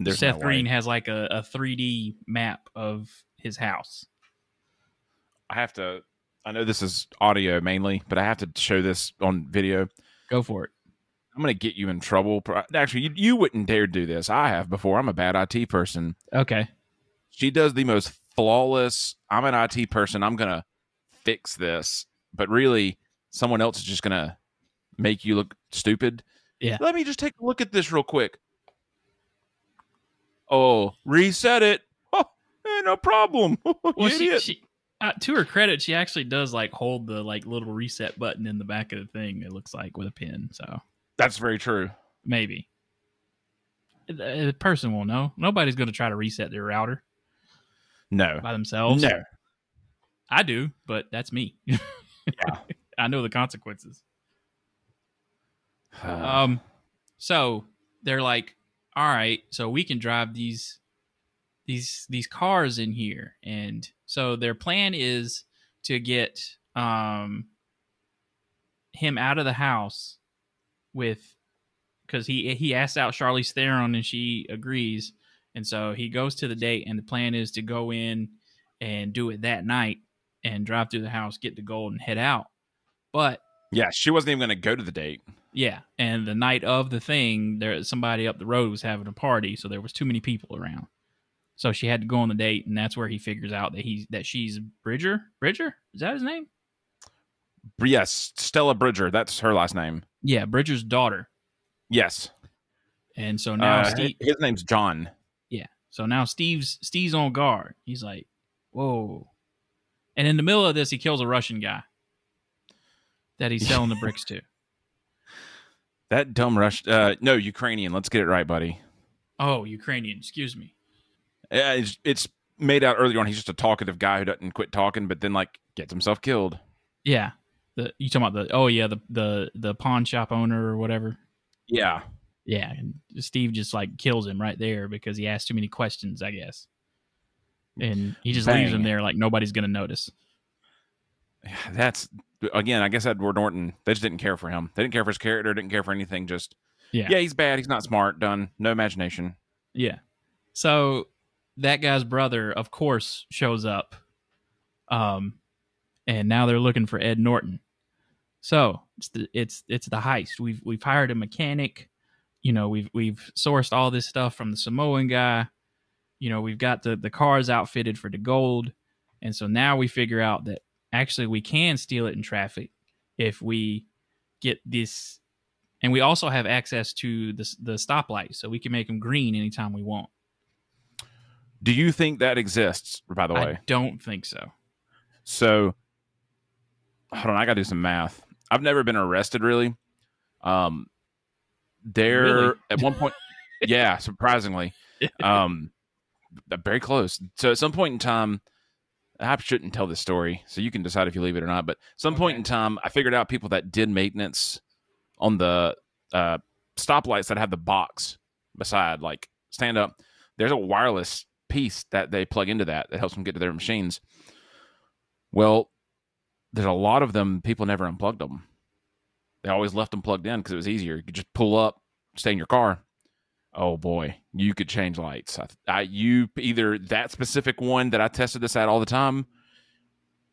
Speaker 2: there's
Speaker 1: Seth
Speaker 2: no way.
Speaker 1: Green has like a, a 3D map of his house.
Speaker 2: I have to I know this is audio mainly, but I have to show this on video.
Speaker 1: Go for it.
Speaker 2: I'm going to get you in trouble. Pro- Actually, you, you wouldn't dare do this. I have before. I'm a bad IT person.
Speaker 1: Okay.
Speaker 2: She does the most flawless, I'm an IT person. I'm going to fix this. But really, someone else is just going to make you look stupid.
Speaker 1: Yeah.
Speaker 2: Let me just take a look at this real quick. Oh, reset it. Oh, eh, no problem. You
Speaker 1: Well, she,
Speaker 2: idiot.
Speaker 1: she uh, to her credit, she actually does like hold the like little reset button in the back of the thing. It looks like with a pin. So
Speaker 2: That's very true.
Speaker 1: maybe the, the person will know. Nobody's going to try to reset their router
Speaker 2: No.
Speaker 1: by themselves.
Speaker 2: No.
Speaker 1: I do, but that's me. I know the consequences.
Speaker 2: Uh-huh.
Speaker 1: Um, so they're like, all right, so we can drive these these these cars in here, and so their plan is to get um him out of the house with because he he asks out Charlize Theron and she agrees, and so he goes to the date, and the plan is to go in and do it that night and drive through the house, get the gold, and head out. But
Speaker 2: yeah, she wasn't even going to go to the date.
Speaker 1: yeah, and the night of the thing, there somebody up the road was having a party, so there was too many people around. So she had to go on the date, and that's where he figures out that he's that she's Bridger. Bridger is that his name?
Speaker 2: Yes, Stella Bridger. That's her last name.
Speaker 1: Yeah, Bridger's daughter.
Speaker 2: Yes.
Speaker 1: And so now
Speaker 2: Uh,
Speaker 1: Steve,
Speaker 2: his name's John.
Speaker 1: so now Steve's Steve's on guard. He's like, whoa. And in the middle of this, he kills a Russian guy that he's selling the bricks to.
Speaker 2: That dumb rush. Uh, no, Ukrainian. Let's get it right, buddy.
Speaker 1: Oh, Ukrainian. Excuse me.
Speaker 2: Uh, It's, it's made out earlier on. He's just a talkative guy who doesn't quit talking, but then like gets himself killed.
Speaker 1: Yeah. The you talking about the oh yeah the the the pawn shop owner or whatever.
Speaker 2: Yeah.
Speaker 1: Yeah, and Steve just like kills him right there because he asked too many questions, I guess. And he just leaves
Speaker 2: Bang.
Speaker 1: him there like nobody's gonna notice.
Speaker 2: That's again. I guess Edward Norton. They just didn't care for him. They didn't care for his character. Didn't care for anything. Just
Speaker 1: Yeah.
Speaker 2: Yeah, he's bad. He's not smart. Done. No imagination.
Speaker 1: Yeah. So that guy's brother, of course, shows up. Um, and now they're looking for Ed Norton. So it's the it's it's the heist. We've we've hired a mechanic. You know, we've we've sourced all this stuff from the Samoan guy. You know, we've got the the cars outfitted for the gold, and so now we figure out that actually we can steal it in traffic if we get this and we also have access to the, the stoplight so we can make them green anytime we want
Speaker 2: Do you think that exists? By the way,
Speaker 1: i don't think so
Speaker 2: So, hold on, I got to do some math. I've never been arrested really. Um, there
Speaker 1: Really?
Speaker 2: at one point, yeah, surprisingly, um, but very close. So at some point in time, I shouldn't tell this story, so you can decide if you leave it or not. But some point
Speaker 1: Okay.
Speaker 2: in time, I figured out people that did maintenance on the uh, stoplights that have the box beside, like stand up. There's a wireless piece that they plug into that that helps them get to their machines. Well, there's a lot of them. People never unplugged them. They always left them plugged in because it was easier. You could just pull up, stay in your car. Oh boy, you could change lights. I, I you either that specific one that I tested this at all the time.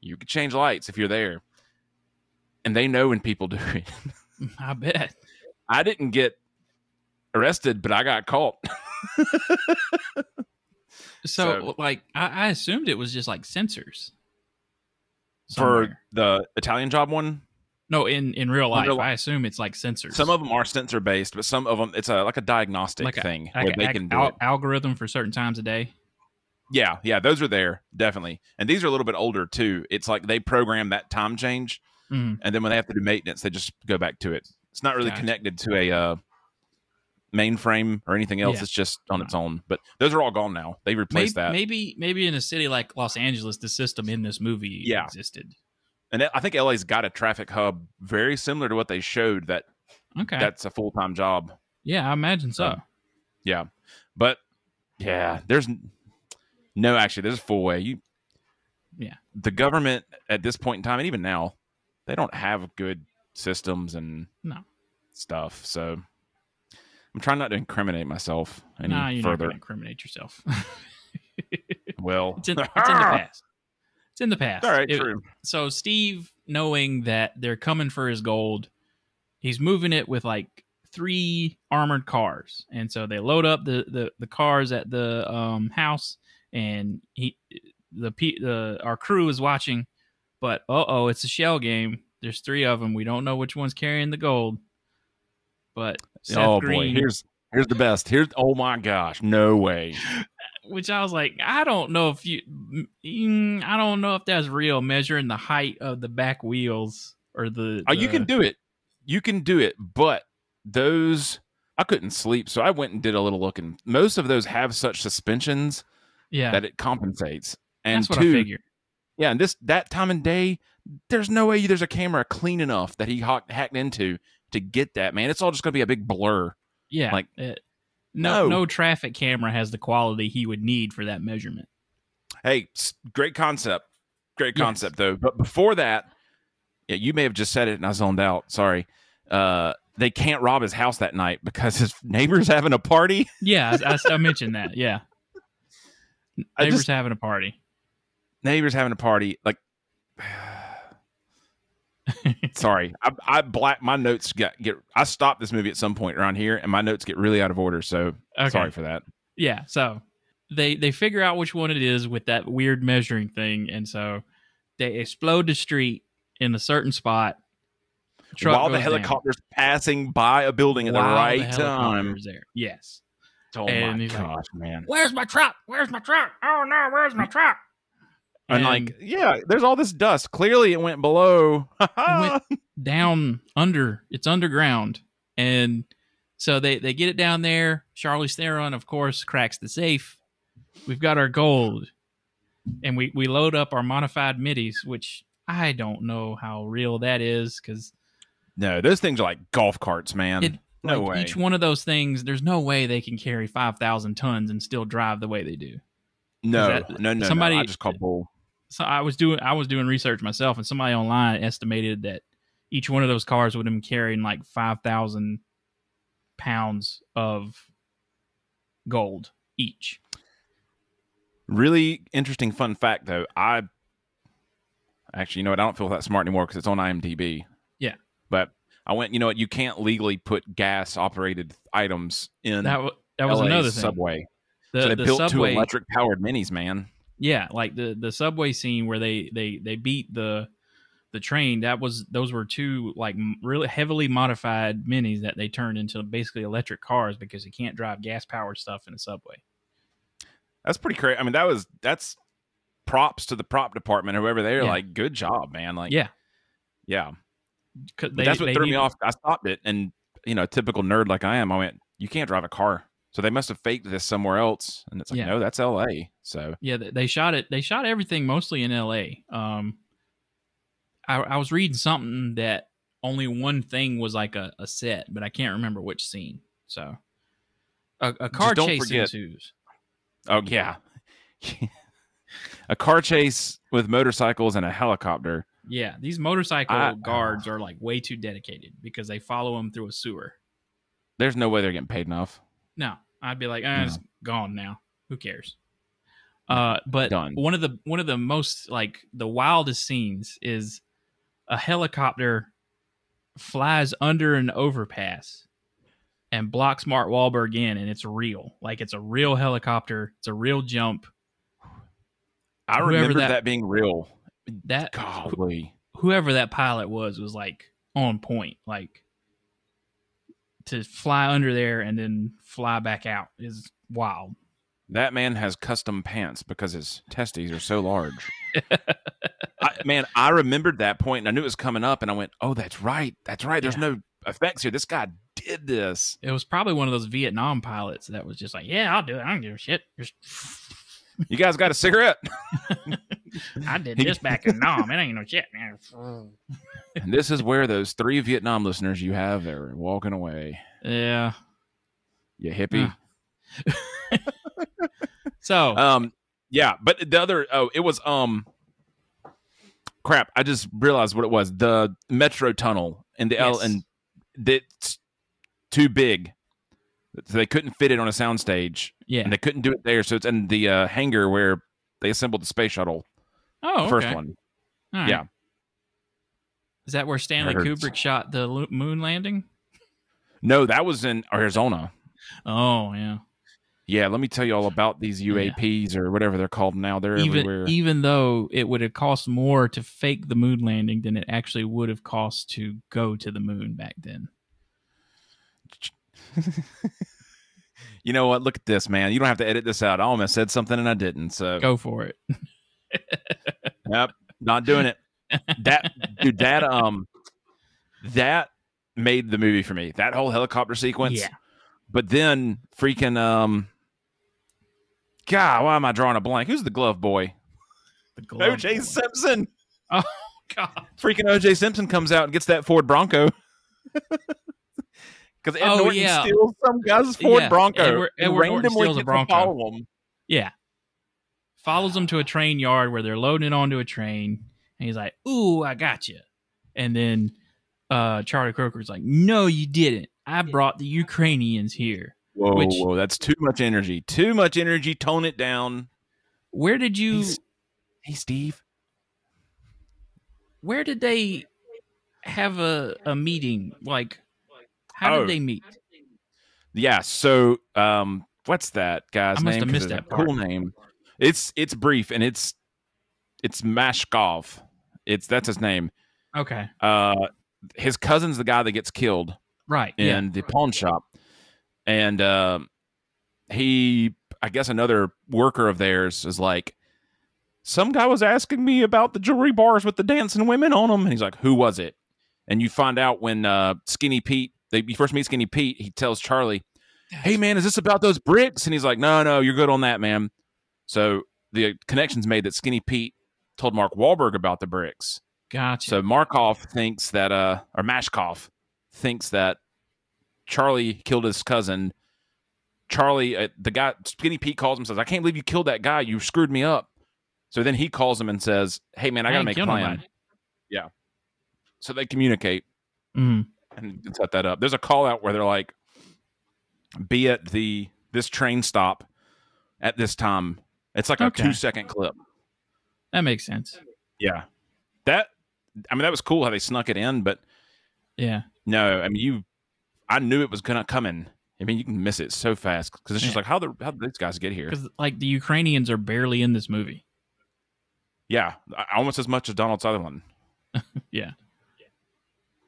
Speaker 2: You could change lights if you're there, and they know when people do it.
Speaker 1: i bet
Speaker 2: I didn't get arrested, but I got caught.
Speaker 1: so,
Speaker 2: So-
Speaker 1: like I, I assumed it was just like sensors
Speaker 2: for
Speaker 1: somewhere.
Speaker 2: the Italian job one.
Speaker 1: no in in real life
Speaker 2: real
Speaker 1: i assume it's like sensors
Speaker 2: Some of them are sensor based, but some of them it's a like a diagnostic
Speaker 1: Like a-
Speaker 2: thing
Speaker 1: like
Speaker 2: where
Speaker 1: a-
Speaker 2: they
Speaker 1: ag-
Speaker 2: can do
Speaker 1: al-
Speaker 2: it.
Speaker 1: algorithm for certain times a day
Speaker 2: Yeah, yeah, those are there definitely, and these are a little bit older too. It's like they program that time change,
Speaker 1: Mhm.
Speaker 2: and then when they have to do maintenance, they just go back to it. It's not really
Speaker 1: Gotcha.
Speaker 2: connected to a uh, mainframe or anything else.
Speaker 1: Yeah.
Speaker 2: It's just on its own. But those are all gone now. They
Speaker 1: Maybe,
Speaker 2: replaced that,
Speaker 1: maybe maybe in a city like Los Angeles, the system in this movie
Speaker 2: Yeah.
Speaker 1: existed.
Speaker 2: and I think LA's got a traffic hub very similar to what they showed. That
Speaker 1: Okay.
Speaker 2: that's a full time job.
Speaker 1: yeah, I imagine so.
Speaker 2: Um, Yeah, but yeah, there's n- no actually. There's a full way. You,
Speaker 1: Yeah.
Speaker 2: the government at this point in time, and even now, they don't have good systems and
Speaker 1: No.
Speaker 2: stuff. So I'm trying not to incriminate myself any
Speaker 1: nah, you're not
Speaker 2: further.
Speaker 1: going to incriminate yourself.
Speaker 2: Well,
Speaker 1: it's, in, it's in the past. It's in the past.
Speaker 2: All right,
Speaker 1: It-
Speaker 2: true.
Speaker 1: so Steve, knowing that they're coming for his gold, he's moving it with like three armored cars, and so they load up the the, the cars at the um, house, and he the pe- the our crew is watching, but uh oh, it's a shell game. There's three of them. We don't know which one's carrying the gold, but Seth
Speaker 2: oh
Speaker 1: Green,
Speaker 2: boy, here's here's the best. Here's oh my gosh, no way.
Speaker 1: which I was like, I don't know if you, mm, I don't know if that's real. Measuring the height of the back wheels or the,
Speaker 2: Uh, you can
Speaker 1: the-
Speaker 2: do it. You can do it, but those I couldn't sleep, so I went and did a little looking. Most of those have such suspensions
Speaker 1: yeah.
Speaker 2: that it compensates. And
Speaker 1: That's what
Speaker 2: two,
Speaker 1: I figured.
Speaker 2: yeah, and this that time and day, there's no way there's a camera clean enough that he hacked, hacked into to get that man. It's all just gonna be a big blur.
Speaker 1: Yeah,
Speaker 2: like,
Speaker 1: it- no,
Speaker 2: no.
Speaker 1: no traffic camera has the quality he would need for that measurement.
Speaker 2: Hey, s- great concept, great
Speaker 1: Yes.
Speaker 2: concept though. But before that, yeah, you may have just said it and I zoned out. Sorry. Uh, they can't rob his house that night because his neighbor's having a party.
Speaker 1: Yeah, I, I- I mentioned that. Yeah,
Speaker 2: I
Speaker 1: neighbors
Speaker 2: just-
Speaker 1: having a party.
Speaker 2: neighbor's having a party. Like, sorry, I, I black my notes get get. I stopped this movie at some point around here, and my notes get really out of order. So
Speaker 1: Okay.
Speaker 2: sorry for that.
Speaker 1: Yeah, so they they figure out which one it is with that weird measuring thing, and so they explode the street in a certain spot. Truck
Speaker 2: While the
Speaker 1: goes down.
Speaker 2: helicopter's passing by a building at the
Speaker 1: While
Speaker 2: right
Speaker 1: helicopter
Speaker 2: time.
Speaker 1: is there. Yes.
Speaker 2: Oh
Speaker 1: And
Speaker 2: my
Speaker 1: he's like,
Speaker 2: gosh, man!
Speaker 1: Where's my truck? Where's my truck? Oh no, where's my truck?
Speaker 2: And, like, yeah, there's all this dust. Clearly, it went below.
Speaker 1: went- down under it's underground and so they they get it down there charlie theron of course cracks the safe we've got our gold and we we load up our modified midis which i don't know how real that is because
Speaker 2: no, those things are like golf carts, man.
Speaker 1: It-
Speaker 2: no
Speaker 1: like
Speaker 2: way.
Speaker 1: each one of those things there's no way they can carry 5000 tons and still drive the way they do
Speaker 2: no,
Speaker 1: that-
Speaker 2: no, no, no.
Speaker 1: somebody-
Speaker 2: I just call bull.
Speaker 1: so i was doing i was doing research myself and somebody online estimated that each one of those cars would have been carrying like 5000 pounds of gold each
Speaker 2: Really interesting fun fact though. I actually, you know what? I don't feel that smart anymore because it's on IMDb.
Speaker 1: Yeah.
Speaker 2: But I went. You know what? You can't legally put gas operated items in
Speaker 1: that, wa- that was
Speaker 2: LA's
Speaker 1: another thing
Speaker 2: subway.
Speaker 1: the,
Speaker 2: so they
Speaker 1: the
Speaker 2: built
Speaker 1: subway
Speaker 2: two electric powered minis, man.
Speaker 1: yeah like the the subway scene where they they they beat the the train that was those were two like m- really heavily modified minis that they turned into basically electric cars because you can't drive gas powered stuff in a subway
Speaker 2: That's pretty crazy. I mean, that was that's props to the prop department, whoever they're
Speaker 1: Yeah.
Speaker 2: like, good job, man. Like,
Speaker 1: yeah
Speaker 2: yeah.
Speaker 1: 'cause
Speaker 2: But
Speaker 1: they-
Speaker 2: that's what
Speaker 1: they
Speaker 2: threw me
Speaker 1: needed-
Speaker 2: off. I stopped it, and you know, a typical nerd like I am, I went, "You can't drive a car." So they must have faked this somewhere else, and it's like,
Speaker 1: Yeah.
Speaker 2: no, that's L.A. So
Speaker 1: Yeah, th- they shot it. They shot everything mostly in L.A. Um, I, I was reading something that only one thing was like a, a set, but I can't remember which scene. So, a, a car
Speaker 2: don't
Speaker 1: chase
Speaker 2: forget-
Speaker 1: ensues.
Speaker 2: Oh yeah. a car chase with motorcycles and a helicopter.
Speaker 1: Yeah, these motorcycle
Speaker 2: I-
Speaker 1: guards are like way too dedicated because they follow him through a sewer.
Speaker 2: There's no way they're getting paid enough.
Speaker 1: No, I'd be like, eh, it's gone now. Who cares? Uh, but
Speaker 2: Done.
Speaker 1: one of the one of the most like the wildest scenes is a helicopter flies under an overpass and blocks Mark Wahlberg in, and it's real. Like it's a real helicopter. It's a real jump.
Speaker 2: I
Speaker 1: Whoever
Speaker 2: remember
Speaker 1: that-
Speaker 2: that, being real.
Speaker 1: That
Speaker 2: Golly.
Speaker 1: whoever that pilot was was like on point. Like to fly under there and then fly back out is wild.
Speaker 2: That man has custom pants because his testes are so large. I, man, I remembered that point and I knew it was coming up and I went, oh, that's right. That's right. There's
Speaker 1: Yeah.
Speaker 2: no effects here. This guy did this.
Speaker 1: It was probably one of those Vietnam pilots that was just like, "Yeah, I'll do it. I don't give a shit. Just,
Speaker 2: You guys got a cigarette?
Speaker 1: I did this back in Nam. It ain't no shit." man."
Speaker 2: and this is where those three Vietnam listeners you have are walking away.
Speaker 1: Yeah.
Speaker 2: You hippie.
Speaker 1: So
Speaker 2: Um, yeah, but the other oh, it was um, crap. I just realized what it was. The metro tunnel and the L
Speaker 1: Yes.
Speaker 2: and that's too big, so they couldn't fit it on a soundstage,
Speaker 1: yeah.
Speaker 2: and they couldn't do it there. So it's in the uh, hangar where they assembled the space shuttle,
Speaker 1: oh,
Speaker 2: the first
Speaker 1: okay.
Speaker 2: one.
Speaker 1: All right.
Speaker 2: yeah.
Speaker 1: Is that where Stanley
Speaker 2: Nerds.
Speaker 1: Kubrick shot the lo- moon landing?
Speaker 2: No, that was in Arizona.
Speaker 1: Oh yeah.
Speaker 2: Yeah, let me tell you all about these UAPs or whatever they're called now. They're
Speaker 1: even
Speaker 2: everywhere.
Speaker 1: even though it would have cost more to fake the moon landing than it actually would have cost to go to the moon back then.
Speaker 2: you know what? Look at this, man. You don't have to edit this out. I almost said something and I didn't. So
Speaker 1: Go for it.
Speaker 2: Yep, not doing it. That dude, that um, that made the movie for me. That whole helicopter sequence.
Speaker 1: Yeah.
Speaker 2: But then freaking um, God, why am I drawing a blank? Who's the glove boy?
Speaker 1: The glove
Speaker 2: OJ
Speaker 1: boy.
Speaker 2: Simpson.
Speaker 1: Oh, God.
Speaker 2: Freaking OJ Simpson comes out and gets that Ford Bronco. Because Ed
Speaker 1: Oh,
Speaker 2: Norton
Speaker 1: yeah.
Speaker 2: steals some guy's Ford
Speaker 1: Yeah,
Speaker 2: Bronco.
Speaker 1: Edward-
Speaker 2: and
Speaker 1: Edward Norton
Speaker 2: randomly
Speaker 1: steals a
Speaker 2: gets to
Speaker 1: Bronco.
Speaker 2: follow him.
Speaker 1: Yeah. Follows them to a train yard where they're loading it onto a train, and he's like, "Ooh, I got you." And then uh, Charlie Croker's like, "No, you didn't. I brought the Ukrainians here.
Speaker 2: Whoa,
Speaker 1: Which-
Speaker 2: whoa, that's too much energy. Too much energy. Tone it down.
Speaker 1: Where did you?
Speaker 2: He's- Hey, Steve.
Speaker 1: Where did they have a a meeting? Like, how
Speaker 2: Oh.
Speaker 1: did they meet?
Speaker 2: Yeah. So, um, what's that guy's
Speaker 1: I must
Speaker 2: name?
Speaker 1: have
Speaker 2: 'Cause
Speaker 1: missed
Speaker 2: it's a
Speaker 1: that part.
Speaker 2: Cool name. It's it's brief and it's it's Mashkov. It's that's his name.
Speaker 1: Okay,
Speaker 2: Uh, his cousin's the guy that gets killed
Speaker 1: right.
Speaker 2: in
Speaker 1: yeah.
Speaker 2: the pawn shop, and um, he, I guess, another worker of theirs is like. Some guy was asking me about the jewelry bars with the dancing women on them, and he's like, "Who was it?" And you find out when uh, Skinny Pete, they, you first meet Skinny Pete, he tells Charlie, hey man, is this about those bricks? And he's like, no, no, you're good on that, man. So the connection's made that Skinny Pete told Mark Wahlberg about the bricks.
Speaker 1: Gotcha.
Speaker 2: So Markov thinks that, uh, or Mashkov thinks that Charlie killed his cousin. Charlie, uh, the guy, Skinny Pete calls him and says, I can't believe you killed that guy. You screwed me up. So then he calls him and says, hey man, I, got to
Speaker 1: ain't
Speaker 2: make a
Speaker 1: kill
Speaker 2: plan.
Speaker 1: nobody.
Speaker 2: So they communicate.
Speaker 1: Mhm.
Speaker 2: and and set that up. There's a call out where they're like, "Be at the this train stop at this time." It's like
Speaker 1: Okay.
Speaker 2: a two second clip.
Speaker 1: That makes sense.
Speaker 2: Yeah, that I mean that was cool how they snuck it in, but
Speaker 1: Yeah.
Speaker 2: no, I mean you, I knew it was gonna come in. I mean you can miss it so fast because it's just
Speaker 1: Yeah.
Speaker 2: like how the how did these guys get here?
Speaker 1: Because, like, the Ukrainians are barely in this movie.
Speaker 2: Yeah, a- almost as much as Donald Sutherland.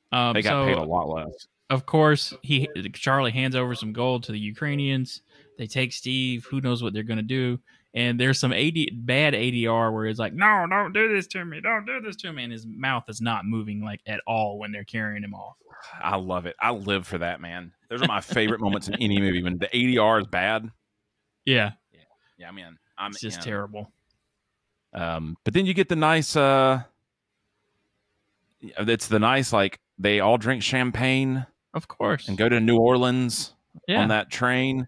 Speaker 1: Um,
Speaker 2: They got
Speaker 1: so,
Speaker 2: paid a lot less.
Speaker 1: of course, he Charlie hands over some gold to the Ukrainians. They take Steve. Who knows what they're going to do? And there's some AD, bad ADR where it's like, "No, don't do this to me! Don't do this to me!" And his mouth is not moving like at all when they're carrying him off.
Speaker 2: I love it. I live for that man. Those are my favorite moments in any movie when the ADR is bad.
Speaker 1: Yeah,
Speaker 2: Yeah, I'm in. I'm
Speaker 1: it's just
Speaker 2: in.
Speaker 1: terrible.
Speaker 2: Um, but then you get the nice. Uh, it's the nice like they all drink champagne
Speaker 1: Of course.
Speaker 2: and go to New Orleans
Speaker 1: yeah.
Speaker 2: on that train,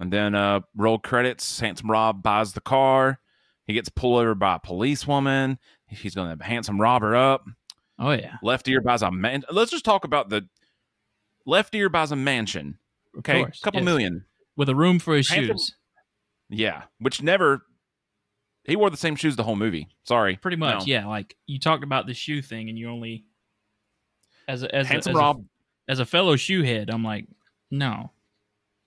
Speaker 2: and then uh, roll credits. Handsome Rob buys the car. He gets pulled over by a police woman. She's going to handsome rob her up.
Speaker 1: oh yeah.
Speaker 2: Left ear buys a man. Let's just talk about the left ear buys a mansion. Okay,
Speaker 1: course,
Speaker 2: couple
Speaker 1: yes.
Speaker 2: million.
Speaker 1: With a room for his
Speaker 2: Handsome-
Speaker 1: shoes,
Speaker 2: Yeah, which never. He wore the same shoes the whole movie. Sorry.
Speaker 1: pretty much.
Speaker 2: No.
Speaker 1: Yeah. Like you talked about the shoe thing, and you only as a, as a-
Speaker 2: Handsome
Speaker 1: as a-
Speaker 2: Rob.
Speaker 1: as a fellow shoe head, I'm like, no,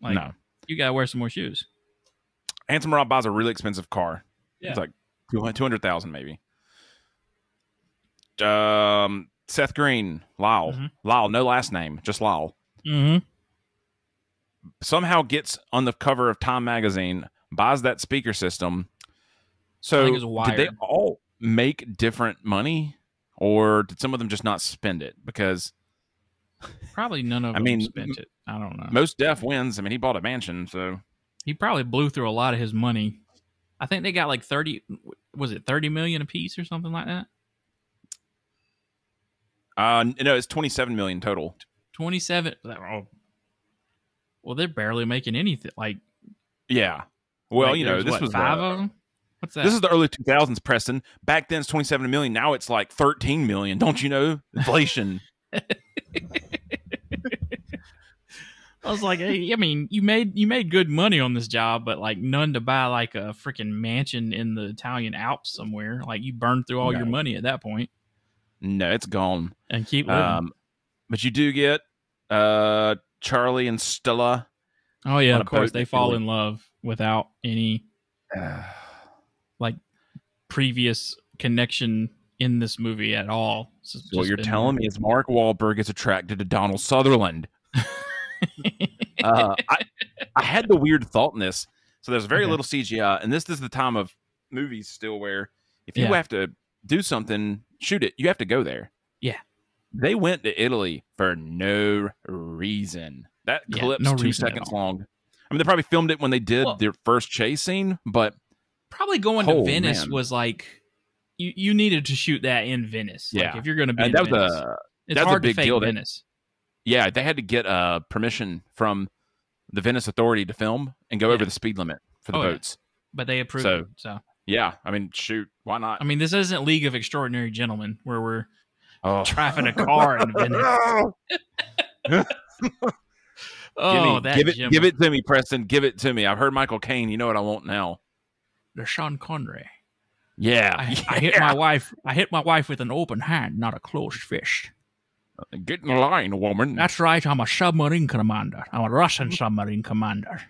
Speaker 1: like
Speaker 2: no.
Speaker 1: you gotta wear some more shoes.
Speaker 2: Handsome Rob buys a really expensive car.
Speaker 1: Yeah.
Speaker 2: It's like 200,000 maybe. Um, Seth Green, Lyle.
Speaker 1: Mhm.
Speaker 2: Lyle, no last name, just Lyle.
Speaker 1: Mm-hmm.
Speaker 2: Somehow gets on the cover of Time magazine buys that speaker system. So
Speaker 1: think it's
Speaker 2: did
Speaker 1: Wired.
Speaker 2: they all make different money, or did some of them just not spend it? Because
Speaker 1: Probably none of
Speaker 2: I
Speaker 1: them
Speaker 2: mean,
Speaker 1: spent it. I don't know.
Speaker 2: most deaf wins. I mean, he bought a mansion, so
Speaker 1: He probably blew through a lot of his money. I think they got like 30 was it 30 million a piece or something like that?
Speaker 2: uh, no, it's twenty seven million total.
Speaker 1: 27 oh. Well, they're barely making anything. Like
Speaker 2: Yeah. Well,
Speaker 1: like,
Speaker 2: you know,
Speaker 1: there's,
Speaker 2: this
Speaker 1: what,
Speaker 2: was
Speaker 1: five
Speaker 2: the-
Speaker 1: of them. What's that?
Speaker 2: This is the early 2000s, Preston. Back then, it's 27 million. Now it's like 13 million. Don't you know? Inflation.
Speaker 1: I was like, hey, I mean, you made you made good money on this job, but like none to buy like a freaking mansion in the Italian Alps somewhere. Like you burned through all your
Speaker 2: No.
Speaker 1: money at that point
Speaker 2: no, it's gone.
Speaker 1: and keep living.
Speaker 2: Um, but you do get uh, Charlie and Stella.
Speaker 1: oh yeah,
Speaker 2: on
Speaker 1: of
Speaker 2: a
Speaker 1: course
Speaker 2: boat
Speaker 1: they
Speaker 2: in
Speaker 1: fall
Speaker 2: Italy.
Speaker 1: in love without any previous connection in this movie at all. So it's
Speaker 2: what
Speaker 1: just
Speaker 2: you're
Speaker 1: been-
Speaker 2: telling me is Mark Wahlberg is attracted to Donald Sutherland. uh, I, I had the weird thought in this. So there's very
Speaker 1: Okay.
Speaker 2: little CGI, and this, this is the time of movies still where if you
Speaker 1: Yeah.
Speaker 2: have to do something, shoot it, you have to go there.
Speaker 1: Yeah.
Speaker 2: They went to Italy for no reason. That
Speaker 1: Yeah,
Speaker 2: clip's
Speaker 1: no
Speaker 2: two
Speaker 1: reason at
Speaker 2: seconds
Speaker 1: all.
Speaker 2: long. I mean, they probably filmed it when they did
Speaker 1: Well-
Speaker 2: their first chase scene, but uh,
Speaker 1: Probably going
Speaker 2: Oh,
Speaker 1: to Venice
Speaker 2: man.
Speaker 1: was like you, you needed to shoot that in Venice. Like
Speaker 2: Yeah.
Speaker 1: if you're going to be
Speaker 2: uh,
Speaker 1: in
Speaker 2: that was
Speaker 1: Venice,
Speaker 2: a
Speaker 1: it's
Speaker 2: that was a
Speaker 1: hard
Speaker 2: big
Speaker 1: to fake
Speaker 2: deal that-
Speaker 1: Venice.
Speaker 2: yeah. They had to get uh, permission from the Venice authority to film and go
Speaker 1: Yeah.
Speaker 2: over the speed limit for the
Speaker 1: Oh, yeah.
Speaker 2: boats.
Speaker 1: But they approved
Speaker 2: So-
Speaker 1: it. So
Speaker 2: Yeah, I mean, shoot, why not?
Speaker 1: I mean, this isn't League of Extraordinary Gentlemen where we're
Speaker 2: Oh,
Speaker 1: driving a car in Venice. Oh,
Speaker 2: give, me,
Speaker 1: that
Speaker 2: give it,
Speaker 1: Jim-
Speaker 2: give it to me, Preston. Give it to me. I've heard Michael Caine. You know what I want now?
Speaker 1: the Sean Connery.
Speaker 2: Yeah,
Speaker 1: I, I hit my wife. I hit my wife with an open hand, not a closed fist.
Speaker 2: get in line, woman.
Speaker 1: That's right. I'm a submarine commander. I'm a Russian submarine commander.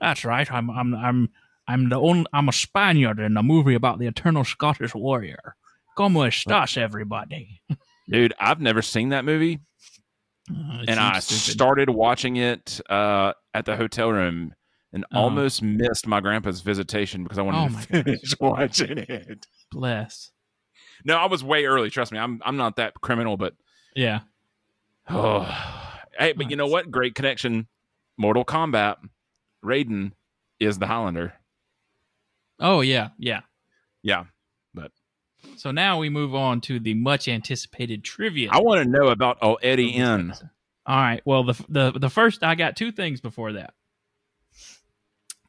Speaker 1: That's right. I'm I'm I'm I'm the only, I'm a Spaniard in the movie about the eternal Scottish warrior. Como estas, everybody?
Speaker 2: Dude, I've never seen that movie,
Speaker 1: Uh, it
Speaker 2: and I
Speaker 1: seems stupid.
Speaker 2: started watching it uh, at the hotel room, and
Speaker 1: Oh.
Speaker 2: almost missed my grandpa's visitation because I wanted
Speaker 1: Oh
Speaker 2: to
Speaker 1: my gosh.
Speaker 2: finish watching it.
Speaker 1: bless.
Speaker 2: No, I was way early. Trust me, I'm I'm not that criminal, but
Speaker 1: Yeah.
Speaker 2: Oh, hey, but you know
Speaker 1: Nice.
Speaker 2: what? Great connection. Mortal Kombat. Raiden is the Highlander.
Speaker 1: Oh yeah. Yeah.
Speaker 2: Yeah,
Speaker 1: So now we move on to the much anticipated trivia.
Speaker 2: I want to know about oh Eddie
Speaker 1: of this
Speaker 2: N.
Speaker 1: episode. All right. Well, the the the first I got two things before that.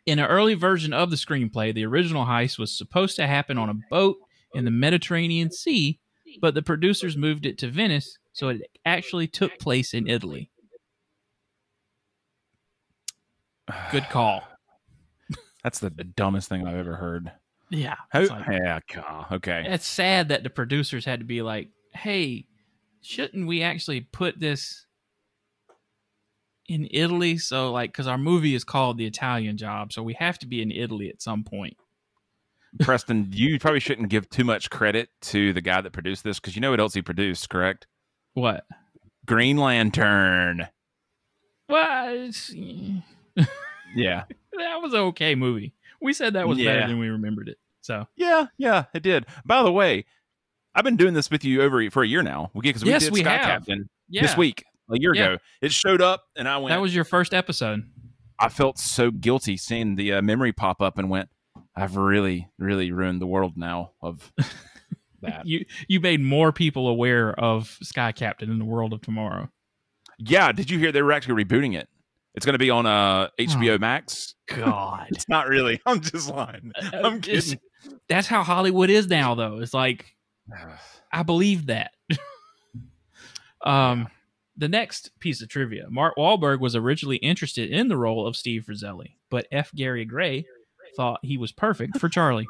Speaker 1: In an early version of the screenplay, the original heist was supposed to happen on a boat in the Mediterranean Sea, but the producers moved it to Venice, so it actually took place in Italy. Good call.
Speaker 2: That's the dumbest thing I've ever heard.
Speaker 1: Yeah.
Speaker 2: How,
Speaker 1: It's like-
Speaker 2: yeah, God, okay.
Speaker 1: It's sad that the producers had to be like, "Hey, shouldn't we actually put this in Italy?" So like, because our movie is called The Italian Job, so we have to be in Italy at some point.
Speaker 2: Preston, you probably shouldn't give too much credit to the guy that produced this because you know what else he produced, correct?
Speaker 1: What?
Speaker 2: Green Lantern.
Speaker 1: Well, it's- that
Speaker 2: Yeah.
Speaker 1: was an okay movie. We said that was
Speaker 2: Yeah.
Speaker 1: better than we remembered it. So
Speaker 2: Yeah, yeah, it did. By the way, I've been doing this with you over for a year now. We because we
Speaker 1: Yes,
Speaker 2: did
Speaker 1: we
Speaker 2: Sky
Speaker 1: have.
Speaker 2: Captain.
Speaker 1: yeah,
Speaker 2: this week a year
Speaker 1: Yeah.
Speaker 2: ago. It showed up, and I went.
Speaker 1: that was your first episode.
Speaker 2: I felt so guilty seeing the uh, memory pop up, and went. I've really, really ruined the world now of that.
Speaker 1: You you made more people aware of Sky Captain in the world of tomorrow.
Speaker 2: yeah, did you hear they were actually rebooting it? It's going to be on uh, HBO Max.
Speaker 1: God.
Speaker 2: It's not really. I'm just lying. I'm
Speaker 1: It's-
Speaker 2: kidding.
Speaker 1: That's how Hollywood is now, though. It's like I believe that. um, the next piece of trivia: Mark Wahlberg was originally interested in the role of Steve Frizzelli, but F. Gary Gray thought he was perfect for Charlie.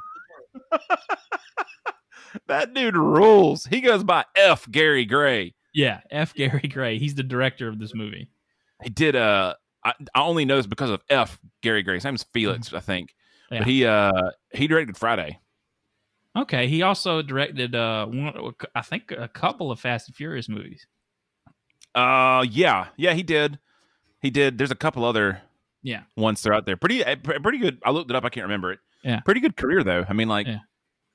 Speaker 2: that dude rules. He goes by F. Gary Gray.
Speaker 1: yeah, F. Gary Gray. He's the director of this movie.
Speaker 2: He did. Uh, I, I only know this because of F. Gary Gray. His name's Felix, I think.
Speaker 1: Mm-hmm. Yeah.
Speaker 2: But he uh he directed Friday.
Speaker 1: Okay, he also directed uh one, I think a couple of Fast and Furious movies.
Speaker 2: Uh, yeah, yeah, he did. He did. There's a couple other
Speaker 1: Yeah.
Speaker 2: Once they're out there, pretty eh, pre- pretty good. I looked it up. I can't remember it.
Speaker 1: Yeah.
Speaker 2: Pretty good career though. I mean, like
Speaker 1: Yeah.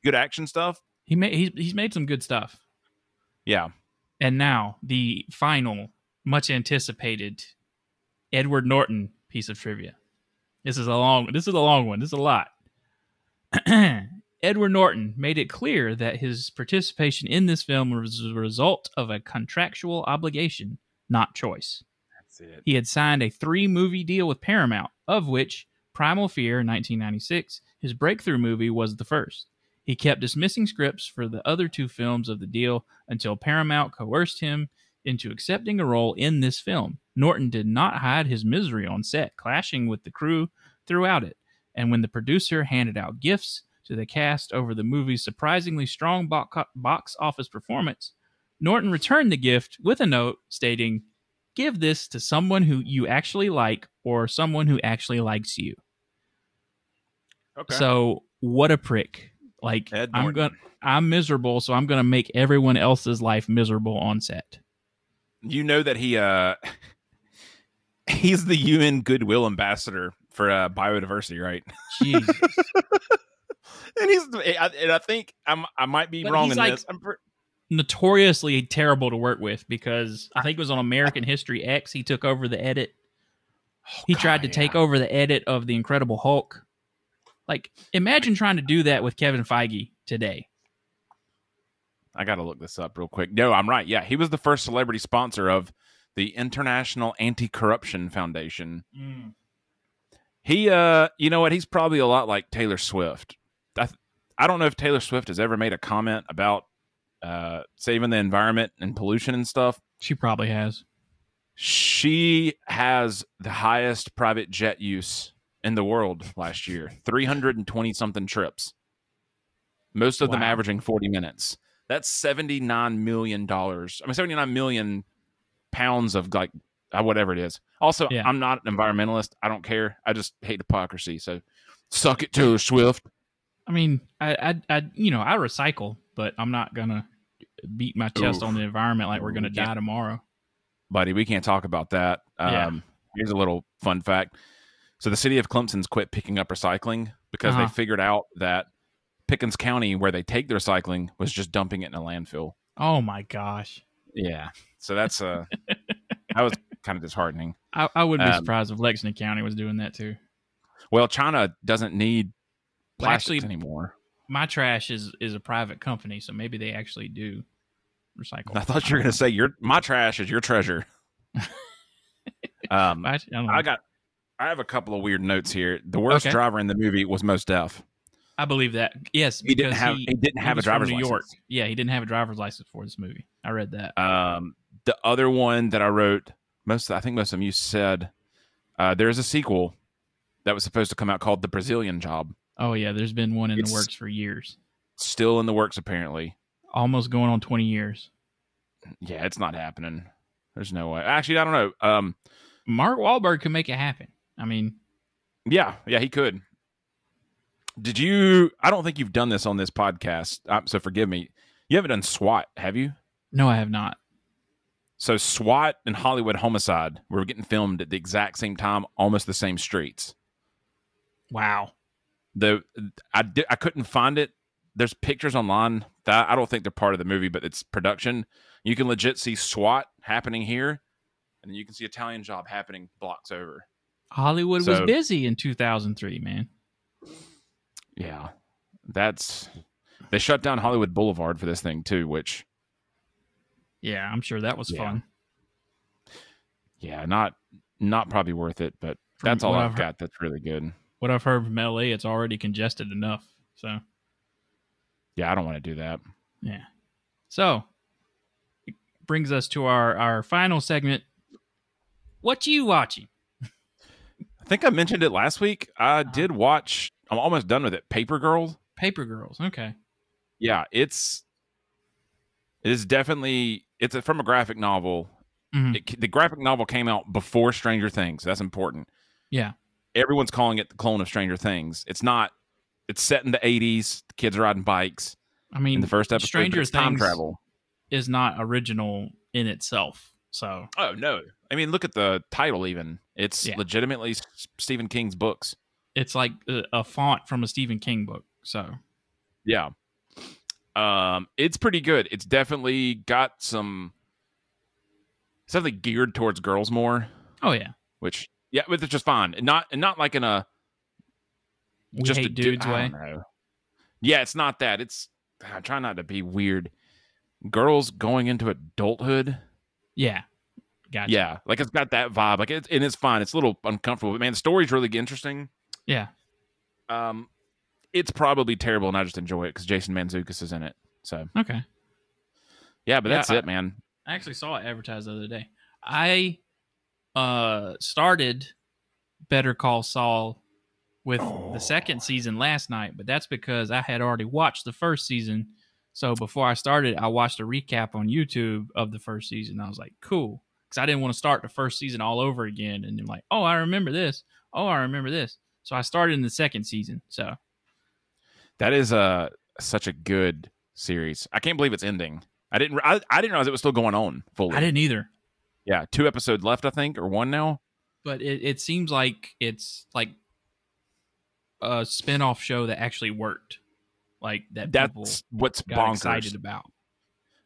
Speaker 2: good action stuff.
Speaker 1: He made he's he's made some good stuff.
Speaker 2: Yeah.
Speaker 1: And now the final, much anticipated Edward Norton piece of trivia. This is a long this is a long one. This is a lot. Edward Norton made it clear that his participation in this film was a result of a contractual obligation, not choice.
Speaker 2: That's it.
Speaker 1: He had signed a three movie deal with Paramount, of which Primal Fear 1996, his breakthrough movie, was the first. He kept dismissing scripts for the other two films of the deal until Paramount coerced him into accepting a role in this film. Norton did not hide his misery on set, clashing with the crew throughout it. And when the producer handed out gifts to the cast over the movie's surprisingly strong bo- box office performance, Norton returned the gift with a note stating, give this to someone who you actually like or someone who actually likes you.
Speaker 2: Okay.
Speaker 1: So what a prick. Like
Speaker 2: Ed
Speaker 1: I'm
Speaker 2: Norton.
Speaker 1: gonna I'm miserable, so I'm gonna make everyone else's life miserable on set.
Speaker 2: you know that he uh he's the UN goodwill ambassador for uh, biodiversity, right?
Speaker 1: Jeez.
Speaker 2: And he's and I think I'm I might be
Speaker 1: But
Speaker 2: wrong
Speaker 1: he's
Speaker 2: in
Speaker 1: like-
Speaker 2: this. I'm pre-
Speaker 1: Notoriously terrible to work with because I think it was on American History X he took over the edit. He
Speaker 2: oh, God,
Speaker 1: tried to
Speaker 2: yeah.
Speaker 1: take over the edit of The Incredible Hulk. Like imagine trying to do that with Kevin Feige today.
Speaker 2: I got to look this up real quick. No, I'm right. Yeah, he was the first celebrity sponsor of the International Anti-Corruption Foundation. He, uh, you know what? He's probably a lot like Taylor Swift. I, th- I don't know if Taylor Swift has ever made a comment about uh, saving the environment and pollution and stuff.
Speaker 1: She probably has.
Speaker 2: She has the highest private jet use in the world last year 320 something trips, most of them
Speaker 1: Wow.
Speaker 2: averaging 40 minutes. That's $79 million. I mean, 79 million pounds of like uh, whatever it is. Also,
Speaker 1: Yeah.
Speaker 2: I'm not an environmentalist. I don't care. I just hate hypocrisy. So suck it, Taylor Swift.
Speaker 1: I mean, I, I, I, you know, I recycle, but I'm not gonna beat my chest
Speaker 2: Oof.
Speaker 1: on the environment like we're gonna
Speaker 2: Yeah.
Speaker 1: die tomorrow.
Speaker 2: buddy, we can't talk about that. Um,
Speaker 1: Yeah.
Speaker 2: Here's a little fun fact. So the city of Clemson's quit picking up recycling because
Speaker 1: Uh-huh.
Speaker 2: they figured out that Pickens County, where they take the recycling, was just dumping it in a landfill.
Speaker 1: Oh my gosh,
Speaker 2: Yeah. So that's uh, that was kind of disheartening.
Speaker 1: I, I wouldn't be
Speaker 2: Um,
Speaker 1: surprised if Lexington County was doing that too.
Speaker 2: Well, China doesn't need
Speaker 1: Well, actually-
Speaker 2: plastics anymore.
Speaker 1: My trash is is a private company, so maybe they actually do recycle.
Speaker 2: I thought you were gonna say your my trash is your treasure. um,
Speaker 1: I, I don't know.
Speaker 2: I got I have a couple of weird notes here. The worst
Speaker 1: Okay.
Speaker 2: driver in the movie was most deaf.
Speaker 1: I believe that. Yes,
Speaker 2: He didn't
Speaker 1: because
Speaker 2: have he, didn't have a
Speaker 1: was from
Speaker 2: driver's
Speaker 1: New
Speaker 2: license.
Speaker 1: York. Yeah, he didn't have a driver's license for this movie. I read that.
Speaker 2: Um, the other one that I wrote, most I think most of them you said, uh, there is a sequel that was supposed to come out called The Brazilian Job,
Speaker 1: Oh yeah, there's been one in the
Speaker 2: it's-
Speaker 1: works for years,
Speaker 2: still in the works apparently.
Speaker 1: almost going on 20 years.
Speaker 2: Yeah, it's not happening. There's no way. Actually, I don't know. Um,
Speaker 1: Mark Wahlberg could make it happen. I mean,
Speaker 2: yeah, yeah, he could. Did you? I don't think you've done this on this podcast, um, so forgive me. You haven't done SWAT, have you?
Speaker 1: no, I have not.
Speaker 2: So SWAT and Hollywood Homicide were getting filmed at the exact same time, almost the same streets.
Speaker 1: Wow.
Speaker 2: the I di- I couldn't find it. There's pictures online that I don't think they're part of the movie, but it's production. You can legit see SWAT happening here, and then you can see Italian Job happening blocks over.
Speaker 1: Hollywood was
Speaker 2: So-
Speaker 1: busy in 2003, man.
Speaker 2: Yeah, that's they shut down Hollywood Boulevard for this thing too, which
Speaker 1: Yeah, I'm sure that was
Speaker 2: Yeah.
Speaker 1: fun.
Speaker 2: yeah, not not probably worth it. But
Speaker 1: From
Speaker 2: that's all
Speaker 1: what
Speaker 2: I've
Speaker 1: I've heard-
Speaker 2: got. That's really good.
Speaker 1: What I've heard from LA, it's already congested enough. So,
Speaker 2: Yeah, I don't want to do that.
Speaker 1: yeah. So, it brings us to our our final segment. What you watching?
Speaker 2: I think I mentioned it last week. I did watch. I'm almost done with it. Paper Girls.
Speaker 1: Paper Girls. Okay.
Speaker 2: yeah it's it's definitely it's a, from a graphic novel
Speaker 1: Mhm.
Speaker 2: It- the graphic novel came out before stranger things that's important
Speaker 1: Yeah.
Speaker 2: everyone's calling it the clone of stranger things it's not it's set in the 80s the kids are riding bikes
Speaker 1: I
Speaker 2: in
Speaker 1: mean,
Speaker 2: the first episode
Speaker 1: Stranger
Speaker 2: but it's time
Speaker 1: Things-
Speaker 2: travel
Speaker 1: is not original in itself. So,
Speaker 2: oh no i mean look at the title even It's
Speaker 1: Yeah.
Speaker 2: legitimately S- Stephen King's books.
Speaker 1: It's like a, a font from a Stephen King book. So
Speaker 2: Yeah. Um, it's pretty good. It's definitely got some it's definitely geared towards girls more,
Speaker 1: oh yeah,
Speaker 2: which yeah, but it's just fine. And not and not like in a
Speaker 1: we
Speaker 2: just a
Speaker 1: hate
Speaker 2: du-
Speaker 1: dudes
Speaker 2: I
Speaker 1: way.
Speaker 2: don't know. Yeah, it's not that. It's I try not to be weird. Girls going into adulthood.
Speaker 1: Yeah, gotcha.
Speaker 2: Yeah, like it's got that vibe. Like it's and it's fine. It's a little uncomfortable, but man, the story's really interesting.
Speaker 1: yeah.
Speaker 2: Um, it's probably terrible, and I just enjoy it because Jason Manzukis is in it. So
Speaker 1: Okay.
Speaker 2: yeah, but
Speaker 1: Yeah,
Speaker 2: that's
Speaker 1: I-
Speaker 2: it, man.
Speaker 1: I actually saw it advertised the other day. I uh started Better Call Saul with the second season last night, but that's because I had already watched the first season. So before I started, I watched a recap on YouTube of the first season. I was like, cool. Because I didn't want to start the first season all over again and then like, oh, I remember this. Oh, I remember this. So I started in the second season. So
Speaker 2: That is uh such a good series. I can't believe it's ending. I didn't. I, I didn't realize it was still going on fully.
Speaker 1: I didn't either.
Speaker 2: Yeah, two episodes left, I think, or one now.
Speaker 1: but it, it seems like it's like a spin-off show that actually worked like that people
Speaker 2: That's what's
Speaker 1: got
Speaker 2: bonkers.
Speaker 1: excited about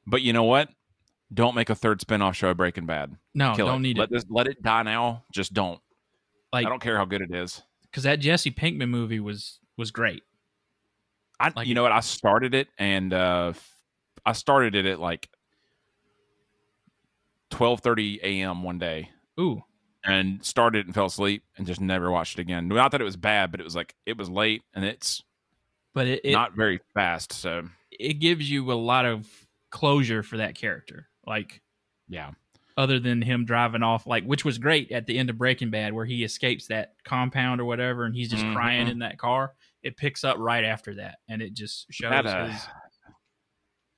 Speaker 2: But you know what? Don't make a third spinoff show of Breaking Bad.
Speaker 1: no
Speaker 2: Kill
Speaker 1: don't
Speaker 2: it.
Speaker 1: need
Speaker 2: let
Speaker 1: it
Speaker 2: This, let it die now. Just don't.
Speaker 1: like
Speaker 2: I don't care how good it is.
Speaker 1: because that jesse pinkman movie was was great
Speaker 2: I,
Speaker 1: Like-
Speaker 2: you know what? I started it and uh, f- I started it at like twelve thirty a.m. one day
Speaker 1: ooh
Speaker 2: and started it and fell asleep and just never watched it again. Not that it was bad, but it was like it was late and it's
Speaker 1: but it it,
Speaker 2: not very fast. So
Speaker 1: it gives you a lot of closure for that character like
Speaker 2: yeah,
Speaker 1: other than him driving off like which was great at the end of breaking bad where he escapes that compound or whatever and he's just crying
Speaker 2: Mhm.
Speaker 1: in that car it picks up right after that and it just shows
Speaker 2: That, uh,
Speaker 1: his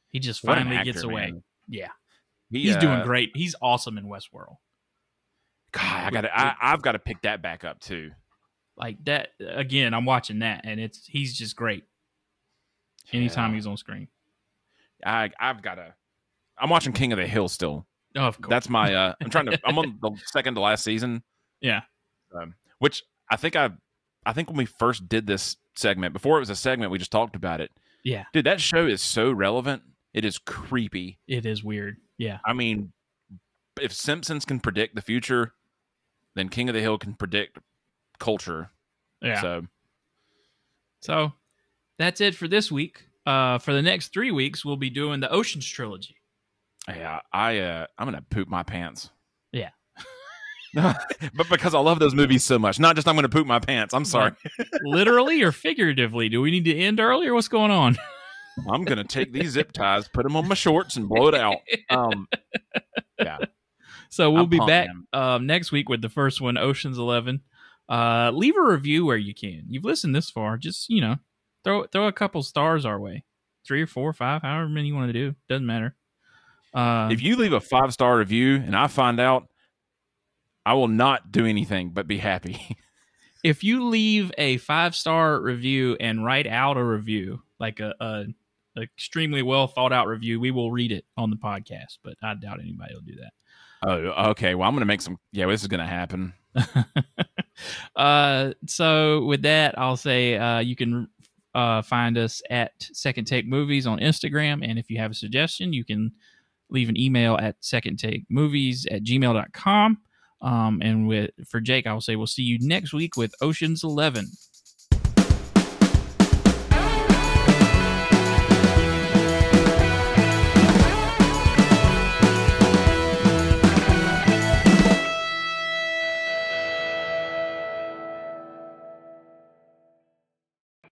Speaker 1: he just
Speaker 2: What an
Speaker 1: finally
Speaker 2: actor,
Speaker 1: gets away
Speaker 2: man.
Speaker 1: yeah
Speaker 2: He,
Speaker 1: He's doing
Speaker 2: uh,
Speaker 1: great. He's awesome in Westworld.
Speaker 2: God, I got. I I've got to pick that back up too.
Speaker 1: Like that again, I'm watching that and it's he's just great anytime
Speaker 2: Yeah.
Speaker 1: he's on screen.
Speaker 2: I I've got to. I'm watching King of the Hill still.
Speaker 1: Of course.
Speaker 2: That's my. uh I'm trying to. I'm on the second to last season.
Speaker 1: Yeah.
Speaker 2: um, which I think I, I think when we first did this segment, before it was a segment, we just talked about it.
Speaker 1: Yeah.
Speaker 2: dude, that show is so relevant. It is creepy.
Speaker 1: It is weird. Yeah.
Speaker 2: I mean, if Simpsons can predict the future, then King of the Hill can predict culture.
Speaker 1: Yeah. So,
Speaker 2: So
Speaker 1: that's it for this week. Uh for the next three weeks, we'll be doing the Oceans trilogy.
Speaker 2: yeah, I uh, I'm gonna poop my pants.
Speaker 1: Yeah.
Speaker 2: but because I love those movies so much, not just I'm gonna poop my pants. I'm sorry.
Speaker 1: Literally or figuratively? Do we need to end early or what's going on?
Speaker 2: I'm gonna take these zip ties, put them on my shorts, and blow it out. Um,
Speaker 1: So we'll
Speaker 2: I'm
Speaker 1: be
Speaker 2: pumped,
Speaker 1: back
Speaker 2: man.
Speaker 1: um, next week with the first one, Ocean's Eleven. Uh, leave a review where you can. You've listened this far, just you know, throw throw a couple stars our way, three or four, five, however many you want to do, doesn't matter. Uh,
Speaker 2: if you leave a five star review and I find out, I will not do anything but be happy.
Speaker 1: if you leave a five star review and write out a review, like a, a a extremely well thought out review, we will read it on the podcast. But I doubt anybody will do that.
Speaker 2: oh, okay. Well, I'm gonna make some. Yeah, this is gonna happen.
Speaker 1: uh, so with that, I'll say uh, you can uh, find us at Second Take Movies on Instagram. And if you have a suggestion, you can leave an email at secondtakemovies at gmail.com. Um, and with, for Jake, I'll say we'll see you next week with Ocean's 11.